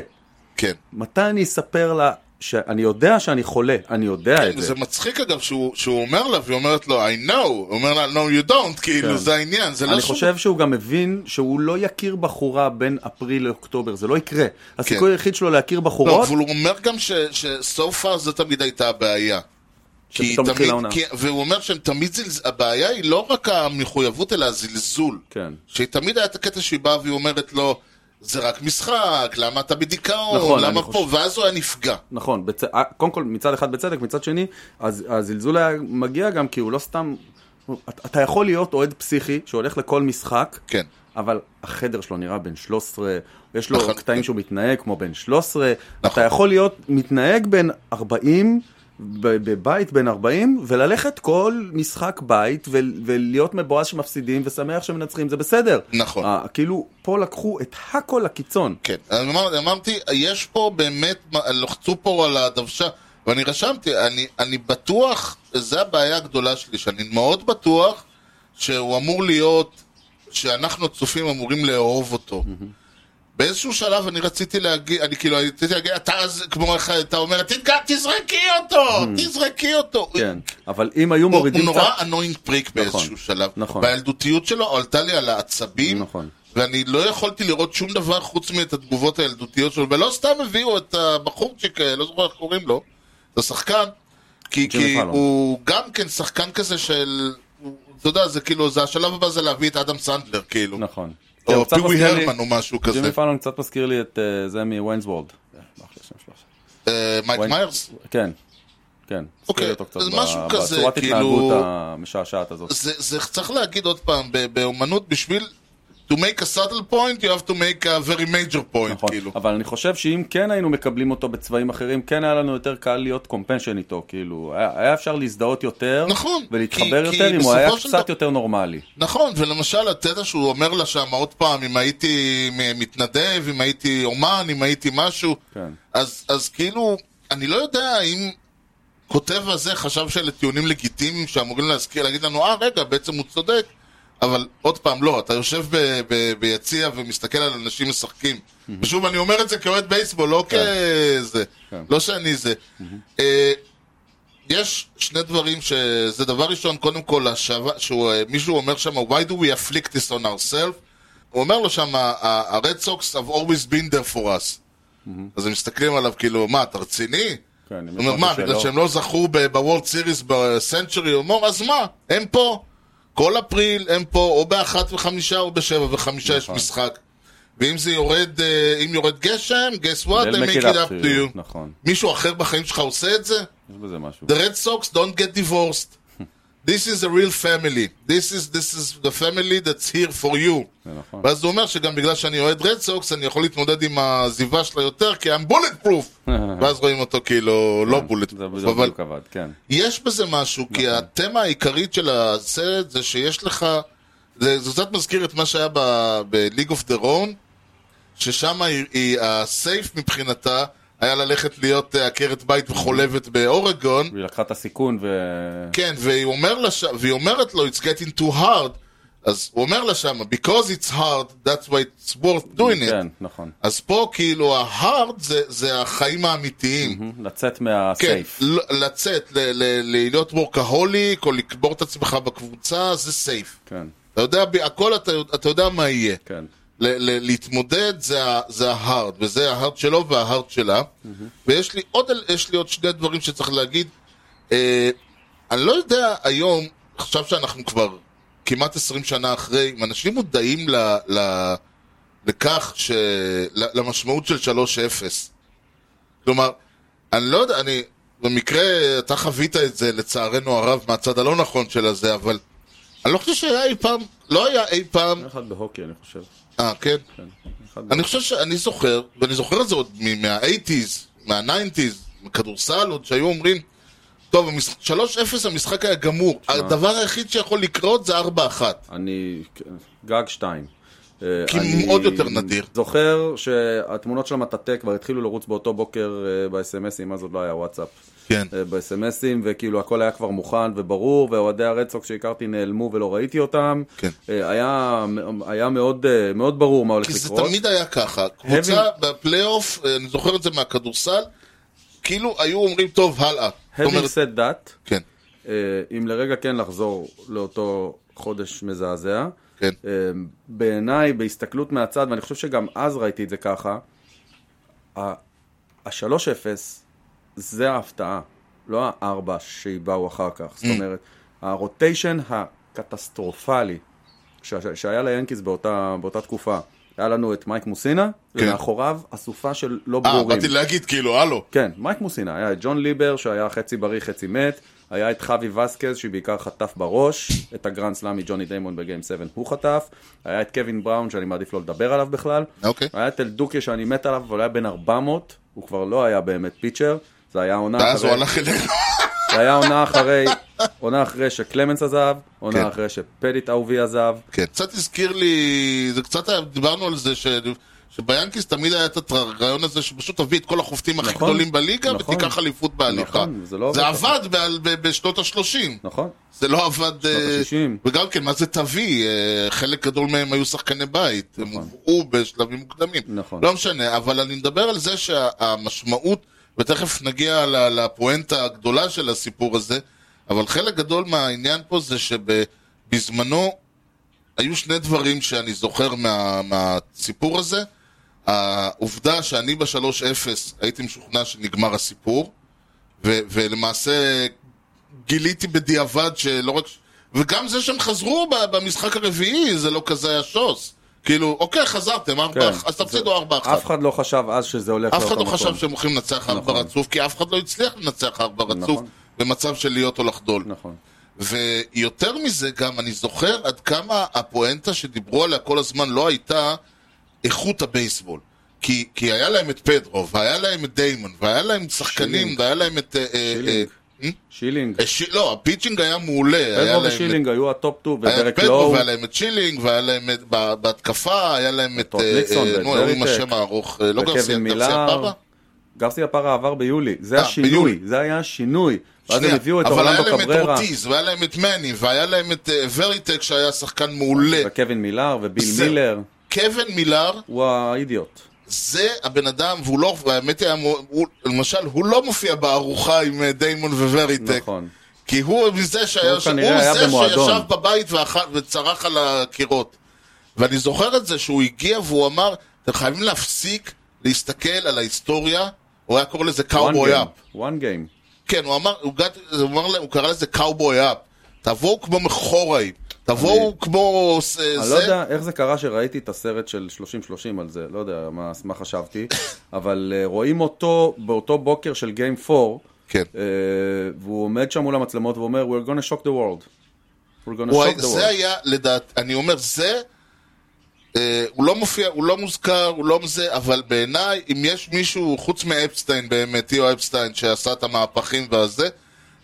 כן.
מתי אני אספר לה שאני יודע שאני חולה, אני יודע את
כן,
זה.
זה מצחיק אגב שהוא, שהוא אומר לה, והיא אומרת לו, I know, הוא אומר לה, no you don't, כאילו,
כן.
זה העניין, זה לא
אני
שהוא...
חושב שהוא גם מבין שהוא לא יכיר בחורה בין אפריל לאוקטובר, זה לא יקרה. הסיכוי היחיד שלו להכיר
כן. לא,
בחורות,
אבל הוא אומר גם ש- ש-so far זו תמיד הייתה הבעיה. כי
שפתאום
תמיד-
התחילה העונה.
כי- והוא אומר שהם תמיד זלז... הבעיה היא לא רק המחויבות, אלא הזלזול.
כן.
שתמיד היה את הקטע שהיא באה והיא אומרת לו, זה רק משחק, למה אתה בדיכאון,
נכון,
למה פה,
אני חושב-
ואז הוא היה נפגע.
נכון, בצ... אה, קודם כל מצד אחד בצדק, מצד שני, אז הזלזול היה מגיע גם כי הוא לא סתם... הוא- אתה- אתה יכול להיות אוהד פסיכי שהולך לכל משחק,
כן.
אבל החדר שלו נראה בן 13, יש לו
נכון.
קטעים שהוא מתנהג כמו בן 13, אתה יכול להיות מתנהג בן 40, ב- בבית בן 40, וללכת כל משחק בית ו- ולהיות מבואס שמפסידים ושמח שמנצחים, זה בסדר.
נכון.
אה, כאילו, פה לקחו את הכל לקיצון.
כן, אז אמר, אמרתי, יש פה באמת, מה- לחצו פה על הדוושה, ואני רשמתי, אני, אני בטוח, זו הבעיה הגדולה שלי, שאני מאוד בטוח שהוא אמור להיות, שאנחנו הצופים אמורים לאהוב אותו. ב- באיזשהו שלב אני רציתי להגיד, אני כאילו, אני רציתי להגיד, אתה אז, כמו איך אתה אומר, "תתקע, תזרקי אותו, תזרקי אותו.
כן, אבל אם היו
הוא הוא
מורידים
נורא
קצת...
אנוינג פריק באיזשהו שלב.
נכון.
בילדותיות שלו עלתה לי על העצבים,
נכון.
ואני לא יכולתי לראות שום דבר חוץ מאת התגובות הילדותיות שלו, ולא סתם הביאו את הבחורצ'יק, אה, לא זוכר איך קוראים לו, את השחקן, כי,
ג'ימי
כי
פאלון.
הוא גם כן שחקן כזה של... הוא- אתה יודע, זה כאילו, זה השלב הבא זה להביא את אדם סנדלר, כאילו.
נכון. כן, הוא
או
קצת
פיווי
מזכיר לי-
הרמן או משהו כזה.
ג'ימי פאלון קצת מזכיר לי את אה, זה מווינסוורד.
אה, מייק
וואי.
מיירס.
כן, כן. מזכיר
אוקיי,
לי אותו קצת
אז
ב-
משהו כזה,
בצורת
כאילו-
התנהגות המשעשעת הזאת.
זה, זה צריך להגיד עוד פעם, ב- באומנות בשביל to make a subtle point, you have to make a very major point,
נכון,
כאילו.
אבל אני חושב שאם כן היינו מקבלים אותו בצבעים אחרים, כן היה לנו יותר קל להיות קומפנשן איתו, כאילו, היה היה אפשר להזדהות יותר,
נכון, כי-
ולהתחבר
כי
יותר אם הוא היה
בסופו של
קצת
דבר-
יותר נורמלי.
נכון, ולמשל הקטע שהוא אומר לה שם עוד פעם, אם הייתי מ- מתנדב, אם הייתי אומן, אם הייתי משהו,
כן.
אז, אז כאילו, אני לא יודע אם כותב הזה חשב שאלה טיעונים לגיטימיים שאמורים להזכיר, להגיד לנו, אה רגע, בעצם הוא צודק, אבל עוד פעם, לא, אתה יושב ב- ב- ביציע ומסתכל על אנשים משחקים. ושוב, אני אומר את זה כאוהד בייסבול, לא כזה,
כן.
לא שאני זה. אה, יש שני דברים ש... זה דבר ראשון, קודם כל, השווה, שהוא, אה, מישהו אומר שם, why do we afflict this on ourselves? הוא אומר לו שם, ה-red socks have always been there for us. אז הם מסתכלים עליו כאילו, מה, אתה רציני?
כן, אם
הוא
יש
אומר, מה,
משהו
בגלל
שלא-
שהם לא זכו ב- בוורלד סיריס בסנצ'רי, הוא אומר, אז מה, הם פה. כל אפריל הם פה, או באחת וחמישה או בשבע וחמישה יש
נכון.
משחק. ואם זה יורד, אה, אם יורד גשם, guess what,
They'll
they make it up to you.
נכון,
מישהו אחר בחיים שלך עושה את זה?
יש בזה משהו.
The Red Sox don't get divorced. This is a real family. This is, this is the family that's here for you.
זה נכון.
ואז הוא אומר שגם בגלל שאני אוהד רד סוקס, אני יכול להתמודד עם העזיבה שלה יותר, כי I'm bullet proof! ואז רואים אותו כאילו לא bullet
כן, זה
proof. אבל
בדיוק נכון. עבד, כן.
יש בזה משהו, כי התמה העיקרית של הסרט זה שיש לך... זה זה קצת מזכיר את מה שהיה ב-League of the Rhone, ששם היא- היא- הסייף מבחינתה היה ללכת להיות אה, עקרת בית וחולבת באורגון,
היא לקחה את הסיכון ו...
כן, והיא, אומר לש... והיא אומרת לו, it's getting too hard, אז הוא אומר לה שמה, because it's hard, that's why it's worth doing it.
כן, נכון.
אז פה כאילו ה-hard זה, זה החיים
Mhm.
האמיתיים.
לצאת
כן,
מהסייף.
ל- לצאת, ל- ל- להיות וורקהוליק, או לקבור את עצמך בקבוצה, זה סייף.
כן,
אתה יודע, ב- הכל אתה, אתה יודע מה יהיה.
כן.
ל- ל- להתמודד זה, ה- זה ההארד, וזה ההארד שלו וההארד שלה. ויש לי עוד, יש לי עוד שני דברים שצריך להגיד. אה, אני לא יודע היום, עכשיו שאנחנו כבר כמעט 20 שנה אחרי, אם אנשים מודעים ל, ל, לכך, ש, ל- למשמעות של 3-0. כלומר, אני לא יודע, אני, במקרה, אתה חווית את זה לצערנו הרב מהצד הלא נכון של הזה, אבל אני לא חושב שהיה אי פעם, לא היה אי פעם,
אחד בהוקי, אני חושב.
אה, כן?
כן. אחד
אני חושב שאני זוכר, ואני זוכר את זה עוד מ- מה-80's, מה-90's, מכדורסל עוד, שהיו אומרים, טוב, המשחק- 3-0 המשחק היה גמור, הדבר היחיד שיכול לקרות זה 4-1.
אני... כן, גג שתיים. אה,
כי מאוד יותר נדיר.
זוכר שהתמונות של המטאטא כבר התחילו לרוץ באותו בוקר אה, בסמסים, אז עוד לא היה וואטסאפ.
כן.
אה, בסמסים, וכאילו הכל היה כבר מוכן וברור, ואוהדי הרד סוקס שהכרתי נעלמו ולא ראיתי אותם.
כן.
אה, היה, היה מאוד, אה, מאוד ברור מה הולך
כי זה
לקרות.
תמיד היה ככה. קבוצה בפלייאוף, אה, אני זוכר את זה מהכדורסל, כאילו היו אומרים, טוב, הלאה. זאת
Having
אומרת,
said that,
כן,
אה, אם לרגע כן לחזור לאותו חודש מזעזע,
כן.
אה, בעיניי, בהסתכלות מהצד, ואני חושב שגם אז ראיתי את זה ככה, ה-3-0 זה ההפתעה, לא ה-4 שבאו אחר כך.
Mm.
זאת אומרת, הרוטיישן הקטסטרופלי ש- ש- שהיה ליאנקיס באותה, באותה תקופה. היה לנו את מייק מוסינה,
כן.
ומאחוריו אסופה של לא
אה,
ברורים.
באתי להגיד, כאילו, הלו.
כן, מייק מוסינה, היה את ג'ון ליבר שהיה חצי בריא חצי מת, היה את חווי וסקז שבעיקר חטף בראש, את הגרנד סלאם מג'וני דיימון בגיים 7 הוא חטף, היה את קווין בראון שאני מעדיף לא לדבר עליו בכלל,
אוקיי.
היה את אלדוקיה שאני מת עליו, אבל הוא היה בן 400, הוא כבר לא היה באמת פיצ'ר, זה היה עונה
ואז הוא
אחרי,
הלך אלינו.
זה היה עונה אחרי, עונה אחרי שקלמנס עזב, עונה
כן.
אחרי שפדיט אהובי עזב,
כן, קצת הזכיר לי, זה קצת, היה- דיברנו על זה, ש... שביאנקיס תמיד היה את הרעיון הזה שפשוט תביא את כל החובטים הכי
נכון.
גדולים בליגה
נכון.
ותיקח אליפות בהליכה.
נכון, זה לא
זה
עובד ככה.
עבד בעל- ב- בשנות ה-30.
נכון?
זה לא עבד... אה,
ה-שישים.
וגם כן, מה זה תביא? אה, חלק גדול מהם היו שחקני בית. הם הובאו בשלבים מוקדמים.
נכון.
לא משנה, אבל אני מדבר על זה שהמשמעות, ותכף נגיע ל- לפואנטה הגדולה של הסיפור הזה, אבל חלק גדול מהעניין פה זה שבזמנו היו שני דברים שאני זוכר מה, מהסיפור הזה. העובדה שאני ב-3-0 הייתי משוכנע שנגמר הסיפור, ו- ולמעשה גיליתי בדיעבד שלא רק... וגם זה שהם חזרו ב- במשחק הרביעי, זה לא כזה היה שוס. כאילו, אוקיי, חזרתם, ארבע,
כן.
אז
זה-
תפסידו ארבע אחת.
אף אחד לא חשב אז שזה הולך
אף אחד לא
לאותו
חשב
מקום.
שהם הולכים לנצח ארבע
נכון.
רצוף, כי אף אחד לא הצליח לנצח ארבע רצוף
נכון.
במצב של להיות או לחדול.
נכון.
ויותר מזה גם, אני זוכר עד כמה הפואנטה שדיברו עליה כל הזמן לא הייתה איכות הבייסבול. כי, כי היה להם את פדרו, והיה להם את דיימון, והיה להם שחקנים,
שילינג.
והיה להם את... אה, אה,
שילינג.
אה,
שילינג.
אה, ש- לא, הפיצ'ינג היה מעולה. היה
פדרו
להם את-
ושילינג לא. היו הטופ 2
היה
ודרק
את פדרו,
לואו.
והיה להם את שילינג, והיה להם את... ב- בהתקפה, היה להם את...
טוב,
אה,
ניקסון
אה,
ואת
נו, עם
וריטק.
השם הארוך, אה, לא גרסיה,
וקווין
גרסיה
מילר.
פאבה?
גרסיה פארה עבר ביולי. זה
אה, ביולי.
השינוי. זה היה השינוי. ואז הם
שנייה,
הביאו את
אבל היה
אורלנדו
להם את
קבררה.
אורטיז, והיה להם את מני, והיה להם את אה, וריטק שהיה שחקן מעולה.
וקווין מילר וביל
זהו.
מילר.
קווין מילר
הוא האידיוט.
זה הבן אדם, והוא לא, והאמת היא, המו- הוא- למשל, הוא לא מופיע בארוחה עם אה, דיימון ווריטק.
נכון.
כי הוא מזה שהיה,
הוא כנראה היה
זה
במועדון.
שישב בבית ואכל- וצרח על הקירות. ואני זוכר את זה שהוא הגיע והוא אמר, אתם חייבים להפסיק להסתכל על ההיסטוריה, הוא היה קורא לזה קאובוי אפ.
וואן גיים.
כן, הוא אמר, הוא, גד, הוא, אמר, לה- הוא קרא לזה קאובוי אפ. תבואו כמו מחוראים, תבואו
אני-
כמו ס- זה.
אני לא יודע איך זה קרה שראיתי את הסרט של 30-30 על זה, לא יודע מה, מה חשבתי, אבל אה, רואים אותו באותו בוקר של גיים 4,
כן.
אה, והוא עומד שם מול המצלמות ואומר, We're gonna shock the world. We're gonna
הוא
shock
היה,
the
זה
world.
היה, לדעת, אני אומר, זה, אה, הוא לא מופיע, הוא לא מוזכר, הוא לא זה, אבל בעיניי, אם יש מישהו, חוץ מאפסטיין באמת, תיאו אפסטיין, שעשה את המהפכים והזה,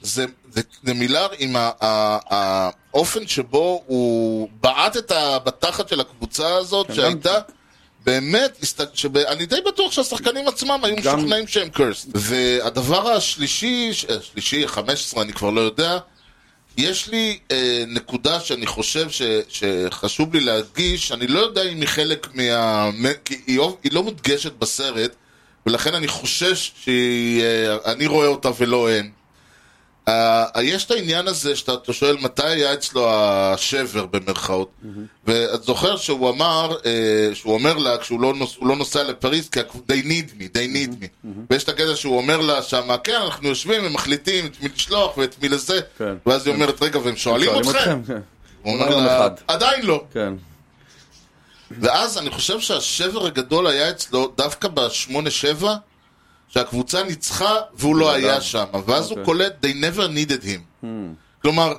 זה, זה, זה מילר עם ה- ה- האופן שבו הוא בעט את ה- בתחת של הקבוצה הזאת,
כן,
שהייתה... באמת, הסת- שב- אני די בטוח שהשחקנים עצמם היו
גם-
משוכנעים שהם קרסט. והדבר השלישי, ש- אה, השלישי, 15, אני כבר לא יודע, יש לי אה, נקודה שאני חושב ש, שחשוב לי להדגיש, אני לא יודע אם היא חלק מה... מ- כי היא, לא- היא לא מודגשת בסרט, ולכן אני חושש שאני אה, אני רואה אותה ולא הם. אה, יש את העניין הזה שאתה אתה שואל מתי היה אצלו השבר במרכאות ואת זוכר שהוא אמר, אה, שהוא אומר לה כשהוא לא, נוס, הוא לא נוסע לפריז כי הקב- they need me, they need me ויש את הקטע שהוא אומר לה שמה כן אנחנו יושבים ומחליטים את מי לשלוח ואת מי לזה
כן.
ואז היא אומרת רגע והם שואלים אתכם?
כן.
הוא
אולי
אומר
יום
לה
אחד.
עדיין לא
כן,
ואז אני חושב שהשבר הגדול היה אצלו דווקא ב-8-7, שהקבוצה ניצחה והוא לא
בלעדיו.
היה שם, ואז הוא
אוקיי. Hmm.
קולט, they never needed him. כלומר,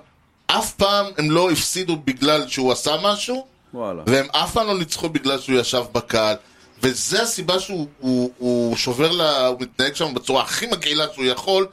אף פעם הם לא הפסידו בגלל שהוא עשה משהו,
וואלה.
והם אף פעם לא ניצחו בגלל שהוא ישב בקהל. וזה הסיבה שהוא הוא, הוא שובר לה, הוא מתנהג שם בצורה הכי מגעילה שהוא יכול,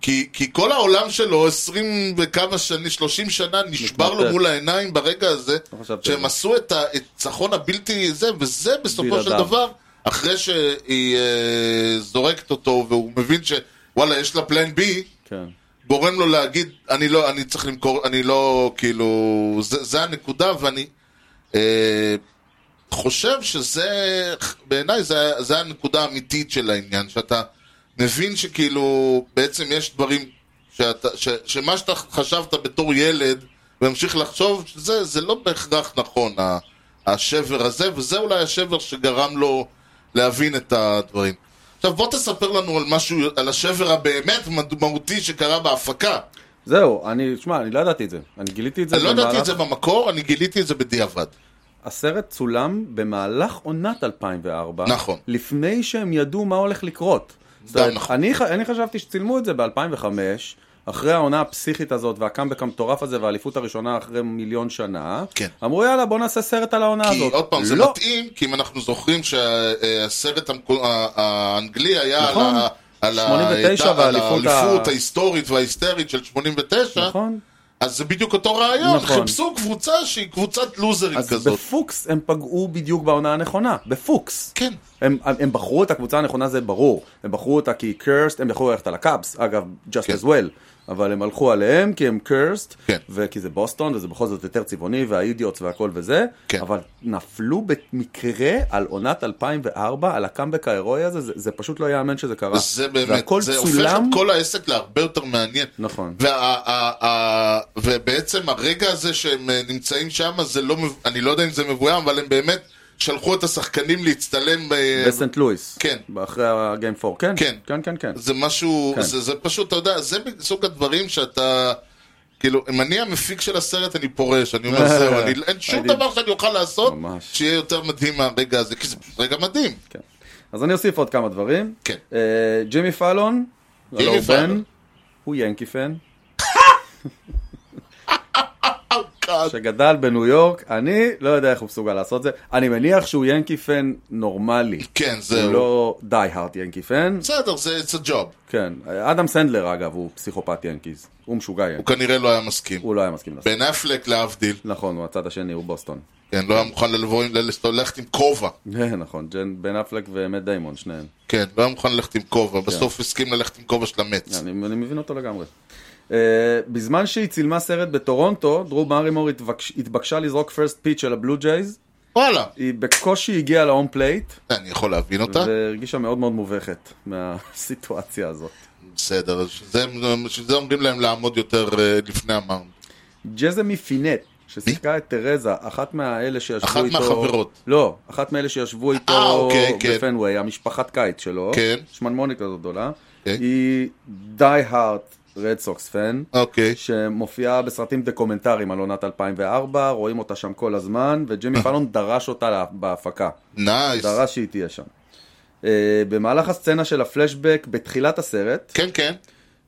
כי, כי כל העולם שלו, 20 וכמה שנים, 30 שנה, נשבר לו
מתמוטט.
מול העיניים ברגע הזה,
לא חשבתי על
שהם
זה.
עשו את ה- את הניצחון הבלתי זה, וזה בסופו של
בלעדיו.
דבר, אחרי שהיא אה, זורקת אותו, והוא מבין שוואלה, יש לה פלן בי,
כן.
גורם לו להגיד, אני לא, אני צריך למכור, אני לא, כאילו, זה, זה הנקודה, ואני אה, חושב שזה, בעיניי זה, זה הנקודה האמיתית של העניין, שאתה מבין שכאילו, בעצם יש דברים, שאתה, ש, שמה שאתה חשבת בתור ילד, וממשיך לחשוב, שזה, זה לא בהכרח נכון, ה- השבר הזה, וזה אולי השבר שגרם לו להבין את הדברים. עכשיו בוא תספר לנו על משהו, על השבר הבאמת מהותי שקרה בהפקה.
זהו, אני, שמע, אני לא ידעתי את זה. אני גיליתי את זה
אני לא ידעתי
במהלך-
את זה במקור, אני גיליתי את זה בדיעבד.
הסרט צולם במהלך עונת 2004.
נכון.
לפני שהם ידעו מה הולך לקרות. זאת
די,
אומרת,
נכון.
אני, ח- אני חשבתי שצילמו את זה ב-2005, אחרי העונה הפסיכית הזאת והקאמבק המטורף הזה והאליפות הראשונה אחרי מיליון שנה.
כן.
אמרו יאללה בוא נעשה סרט על העונה
כי
הזאת.
עוד פעם, זה
לא.
מתאים, כי אם אנחנו זוכרים שהסרט המקו- ה- האנגלי היה על
נכון.
ה- על ה-
89
על
והאליפות ה-
האליפות ההיסטורית וההיסטרית של 89,
נכון.
אז זה בדיוק אותו רעיון,
נכון.
חיפשו קבוצה שהיא קבוצת לוזרים
אז
כזאת.
בפוקס הם פגעו בדיוק בעונה הנכונה, בפוקס.
כן.
הם, הם, הם בחרו את הקבוצה הנכונה זה ברור, הם בחרו אותה כי היא cursed, הם יכלו ללכת על הקאבס, אגב, just
כן.
as well, אבל הם הלכו עליהם כי הם cursed,
כן.
וכי זה בוסטון וזה בכל זאת יותר צבעוני והאידיוטס והכל וזה,
כן.
אבל נפלו במקרה על עונת 2004, על הקאמבק ההירואי הזה, זה, זה פשוט לא יאמן שזה קרה.
זה באמת,
והכל
זה הופך את
צולם,
כל העסק להרבה יותר מעניין.
נכון.
וה, ה, ה, ובעצם הרגע הזה שהם אה, נמצאים שם, זה לא, מב- אני לא יודע אם זה מבוים, אבל הם באמת שלחו את השחקנים להצטלם. אה, ב-
בסנט לואיס,
כן.
אחרי הגיים 4, כן,
כן.
כן, כן, כן.
זה משהו,
כן.
זה, זה פשוט, אתה יודע, זה מסוג הדברים שאתה, כאילו, אם אני המפיק של הסרט, אני פורש, אני אומר, זהו, אני, אין שום
מדהים.
דבר שאני אוכל לעשות,
ממש.
שיהיה יותר מדהים מהרגע הזה, כי זה רגע מדהים.
כן. אז אני אוסיף עוד כמה דברים.
כן.
אה, ג'ימי פאלון,
ג'ימי
הלו הוא
פאלון.
בן, הוא ינקי פן,
Oh, God.
שגדל בניו יורק, אני לא יודע איך הוא מסוגל לעשות זה. אני מניח שהוא ינקי פן נורמלי.
כן,
הוא
זהו.
לא די-הארט ינקי פן.
בסדר, זה it's a job.
כן. אדם סנדלר אגב, הוא פסיכופת ינקיז. הוא משוגע
הוא
ינקי.
כנראה לא היה מסכים.
הוא לא היה מסכים לעשות.
בן אפלק, להבדיל,
נכון, הוא הצד השני, הוא בוסטון.
כן, לא היה מוכן לבוא עם, ללכת עם כובע.
נכון, ג'ן- בן אפלק ומט דיימון, שניהם.
כן, לא היה מוכן ללכת עם
כן.
כובע, בסוף הסכים ללכת עם כובע של המץ.
אני, אני מבין אותו לגמרי. Uh, בזמן שהיא צילמה סרט בטורונטו, דרו מרימור התבקש, התבקשה לזרוק פרסט פיץ' של הבלו ג'ייז.
וואלה,
היא בקושי הגיעה להום פלייט,
אני יכול להבין אותה.
והרגישה מאוד מאוד מובכת מהסיטואציה הזאת.
בסדר, אז זה- בשביל זה אומרים להם לעמוד יותר אה, לפני המאונד.
ג'זמי פינט, ששיחקה את תרזה, אחת מהאלה שישבו
אחת
איתו...
מהחברות.
לא, אחת מאלה שישבו
אה,
איתו
אוקיי, כן.
בפנוויי, המשפחת קיץ שלו.
כן.
שמנמונית כזאת גדולה.
אוקיי.
היא די-הארט רד סוקס פן.
אוקיי.
שמופיעה בסרטים דוקומנטריים על עונת 2004, רואים אותה שם כל הזמן,
אה.
וג'ימי פאלון דרש אותה לה- בהפקה.
נייס.
דרש שהיא תהיה שם. אה, במהלך הסצנה של הפלשבק בתחילת הסרט,
כן, כן.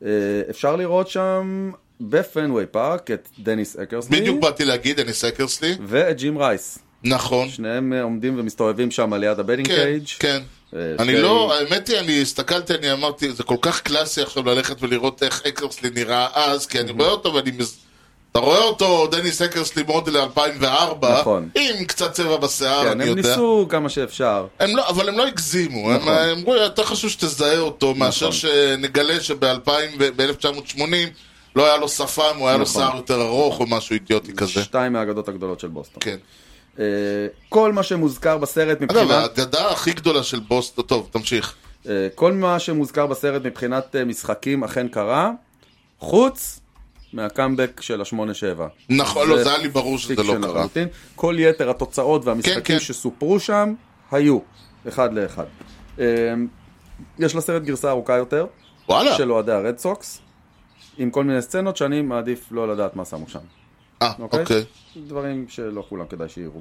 אה, אפשר לראות שם בפנוויי פארק את דניס אקרסלי,
בדיוק באתי להגיד, אני סקרסלי.
ואת ג'ים רייס.
נכון.
שניהם אה, עומדים ומסתובבים שם על יד הבדינג
כן,
קייג'.
כן.
אה,
אני
שני-
לא, האמת היא, אני הסתכלתי, אני אמרתי, זה כל כך קלאסי עכשיו ללכת ולראות איך אקרסלי נראה אז, כי
Mhm.
אני רואה אותו ואני... מז- אתה רואה אותו, דניס אקרסלי מודל 2004,
נכון.
עם קצת צבע בשיער,
כן,
אני
הם
יודע.
ניסו כמה שאפשר.
הם לא, אבל הם לא הגזימו, הם
נכון.
הם אמרו, יותר חשוב שתזהה אותו מאשר שנגלה שב-1980 לא היה לו שפם, הוא היה לו
נכון.
שיער יותר ארוך או משהו אידיוטי כזה.
שתיים מהאגדות הגדולות של בוסטון.
כן.
אה, כל מה שמוזכר בסרט מבחינת...
אגב, האגדה הכי גדולה של בוסטון, טוב, תמשיך.
אה, כל מה שמוזכר בסרט מבחינת אה, משחקים אכן קרה, חוץ מהקאמבק של השמונה שבע.
נכון, לא, זה היה לי ברור שזה לא
פיקשן
קרה.
לחלוטין. כל יתר התוצאות והמשחקים
כן, כן.
שסופרו שם, היו, אחד לאחד. אה, יש לסרט גרסה ארוכה יותר,
וואלה,
של אוהדי הרד סוקס, עם כל מיני סצנות שאני מעדיף לא לדעת מה שמו שם.
אה,
אוקיי.
אוקיי.
דברים שלא כולם כדאי שיראו.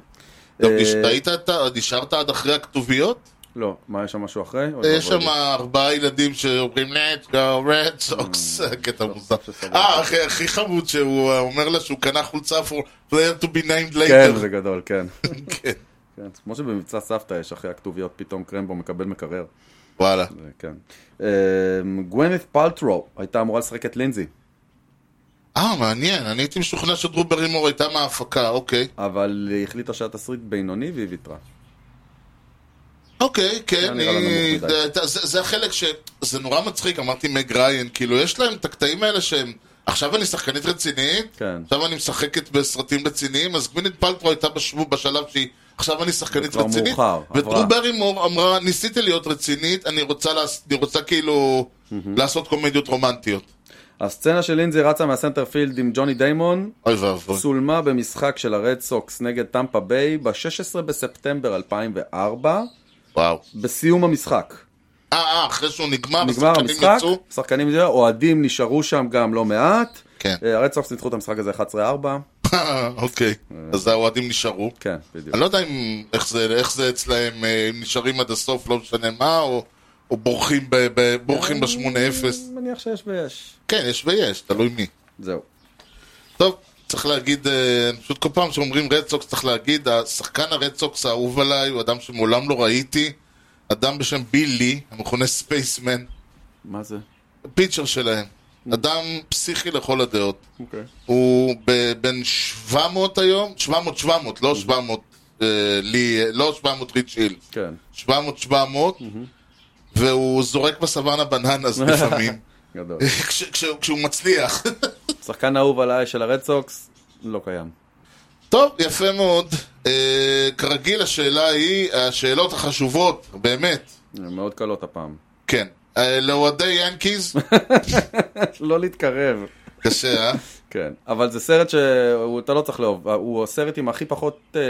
גם
אה,
נשארת- אתה- נשארת עד אחרי הכתוביות?
לא, מה, יש שם משהו אחרי? לא, אוי
אה, יש
ואבוי לי.
שם ארבעה ילדים שאומרים let's go red
Mm.
socks, קטע
לא,
מוזר.
שסבבה.
אה, הכי- הכי חמוד שהוא אה, אומר לה שהוא קנה חולצה for player to be named
כן,
later.
זה גדול, כן.
כן.
כן, כמו שבמבצע סבתא יש אחרי הכתוביות, פתאום קרמבו מקבל מקרר.
וואלה.
זה כן. אמ, גווינית פלטרו הייתה אמורה לשחק את לינזי,
אה, מעניין, אני הייתי משוכנע שדרו ברימור הייתה מההפקה, אוקיי.
אבל היא החליטה שהיה תסריט בינוני והיא ויתרה.
אוקיי,
היה
כן,
נראה לה
היא-
נמוך מדי.
זה- זה זה החלק ש... זה נורא מצחיק, אמרתי מג ריין, כאילו, יש להם את הקטעים האלה שהם... עכשיו אני שחקנית רצינית,
כן.
עכשיו אני משחקת בסרטים רציניים, אז גווינית פלטרו הייתה בשבוב בשלב שהיא... עכשיו אני שחקנית
כבר
רצינית,
מאוחר, עברה.
ודרו ברימור אמרה, ניסיתי להיות רצינית, אני רוצה לעש- אני רוצה כאילו לעשות קומדיות רומנטיות.
הסצנה של לינזי רצה מהסנטרפילד עם ג'וני דיימון,
אוי ואבוי.
צולמה במשחק של הרד סוקס נגד טמפה ביי ב-16 בספטמבר 2004,
וואו.
בסיום המשחק.
אה, אה, אחרי שהוא נגמר,
נגמר
השחקנים
המשחק,
יצאו?
שחקנים, זה, אוהדים נשארו שם גם לא מעט.
כן.
אה, הרד סוקס ניצחו את המשחק הזה 11-4.
אוקיי, אז האוהדים נשארו.
אה. כן, בדיוק.
אני לא יודע אם, איך, זה, איך זה אצלהם, אה, אם נשארים עד הסוף, לא משנה מה, או, או בורחים, ב, ב,
אה.
בורחים ב-8-0.
אני מניח שיש ויש.
כן, יש ויש, תלוי מי.
זהו.
טוב, צריך להגיד, אה, פשוט כל פעם שאומרים רד סוקס, צריך להגיד, השחקן הרד סוקס האהוב עליי הוא אדם שמעולם לא ראיתי, אדם בשם בילי, המכונה ספייסמן,
מה זה?
פיצ'ר שלהם. אדם פסיכי לכל הדעות.
אוקיי.
הוא ב- בין 700 היום, 700, 700, לא 700 אה, לי, אה, לא 700 ריץ' הילס,
כן.
700, 700, והוא זורק בסוואנה בננס לפעמים,
גדול.
כש- כש- כשהוא מצליח.
שחקן אהוב עליי של הרד סוקס, לא קיים.
טוב, יפה מאוד. אה, כרגיל, השאלה היא, השאלות החשובות, באמת,
הן מאוד קלות הפעם.
כן. אה, לאוהדי ינקיז,
לא להתקרב.
קשה, אה?
כן, אבל זה סרט שאתה לא צריך לאהוב, הוא הסרט עם הכי פחות אה,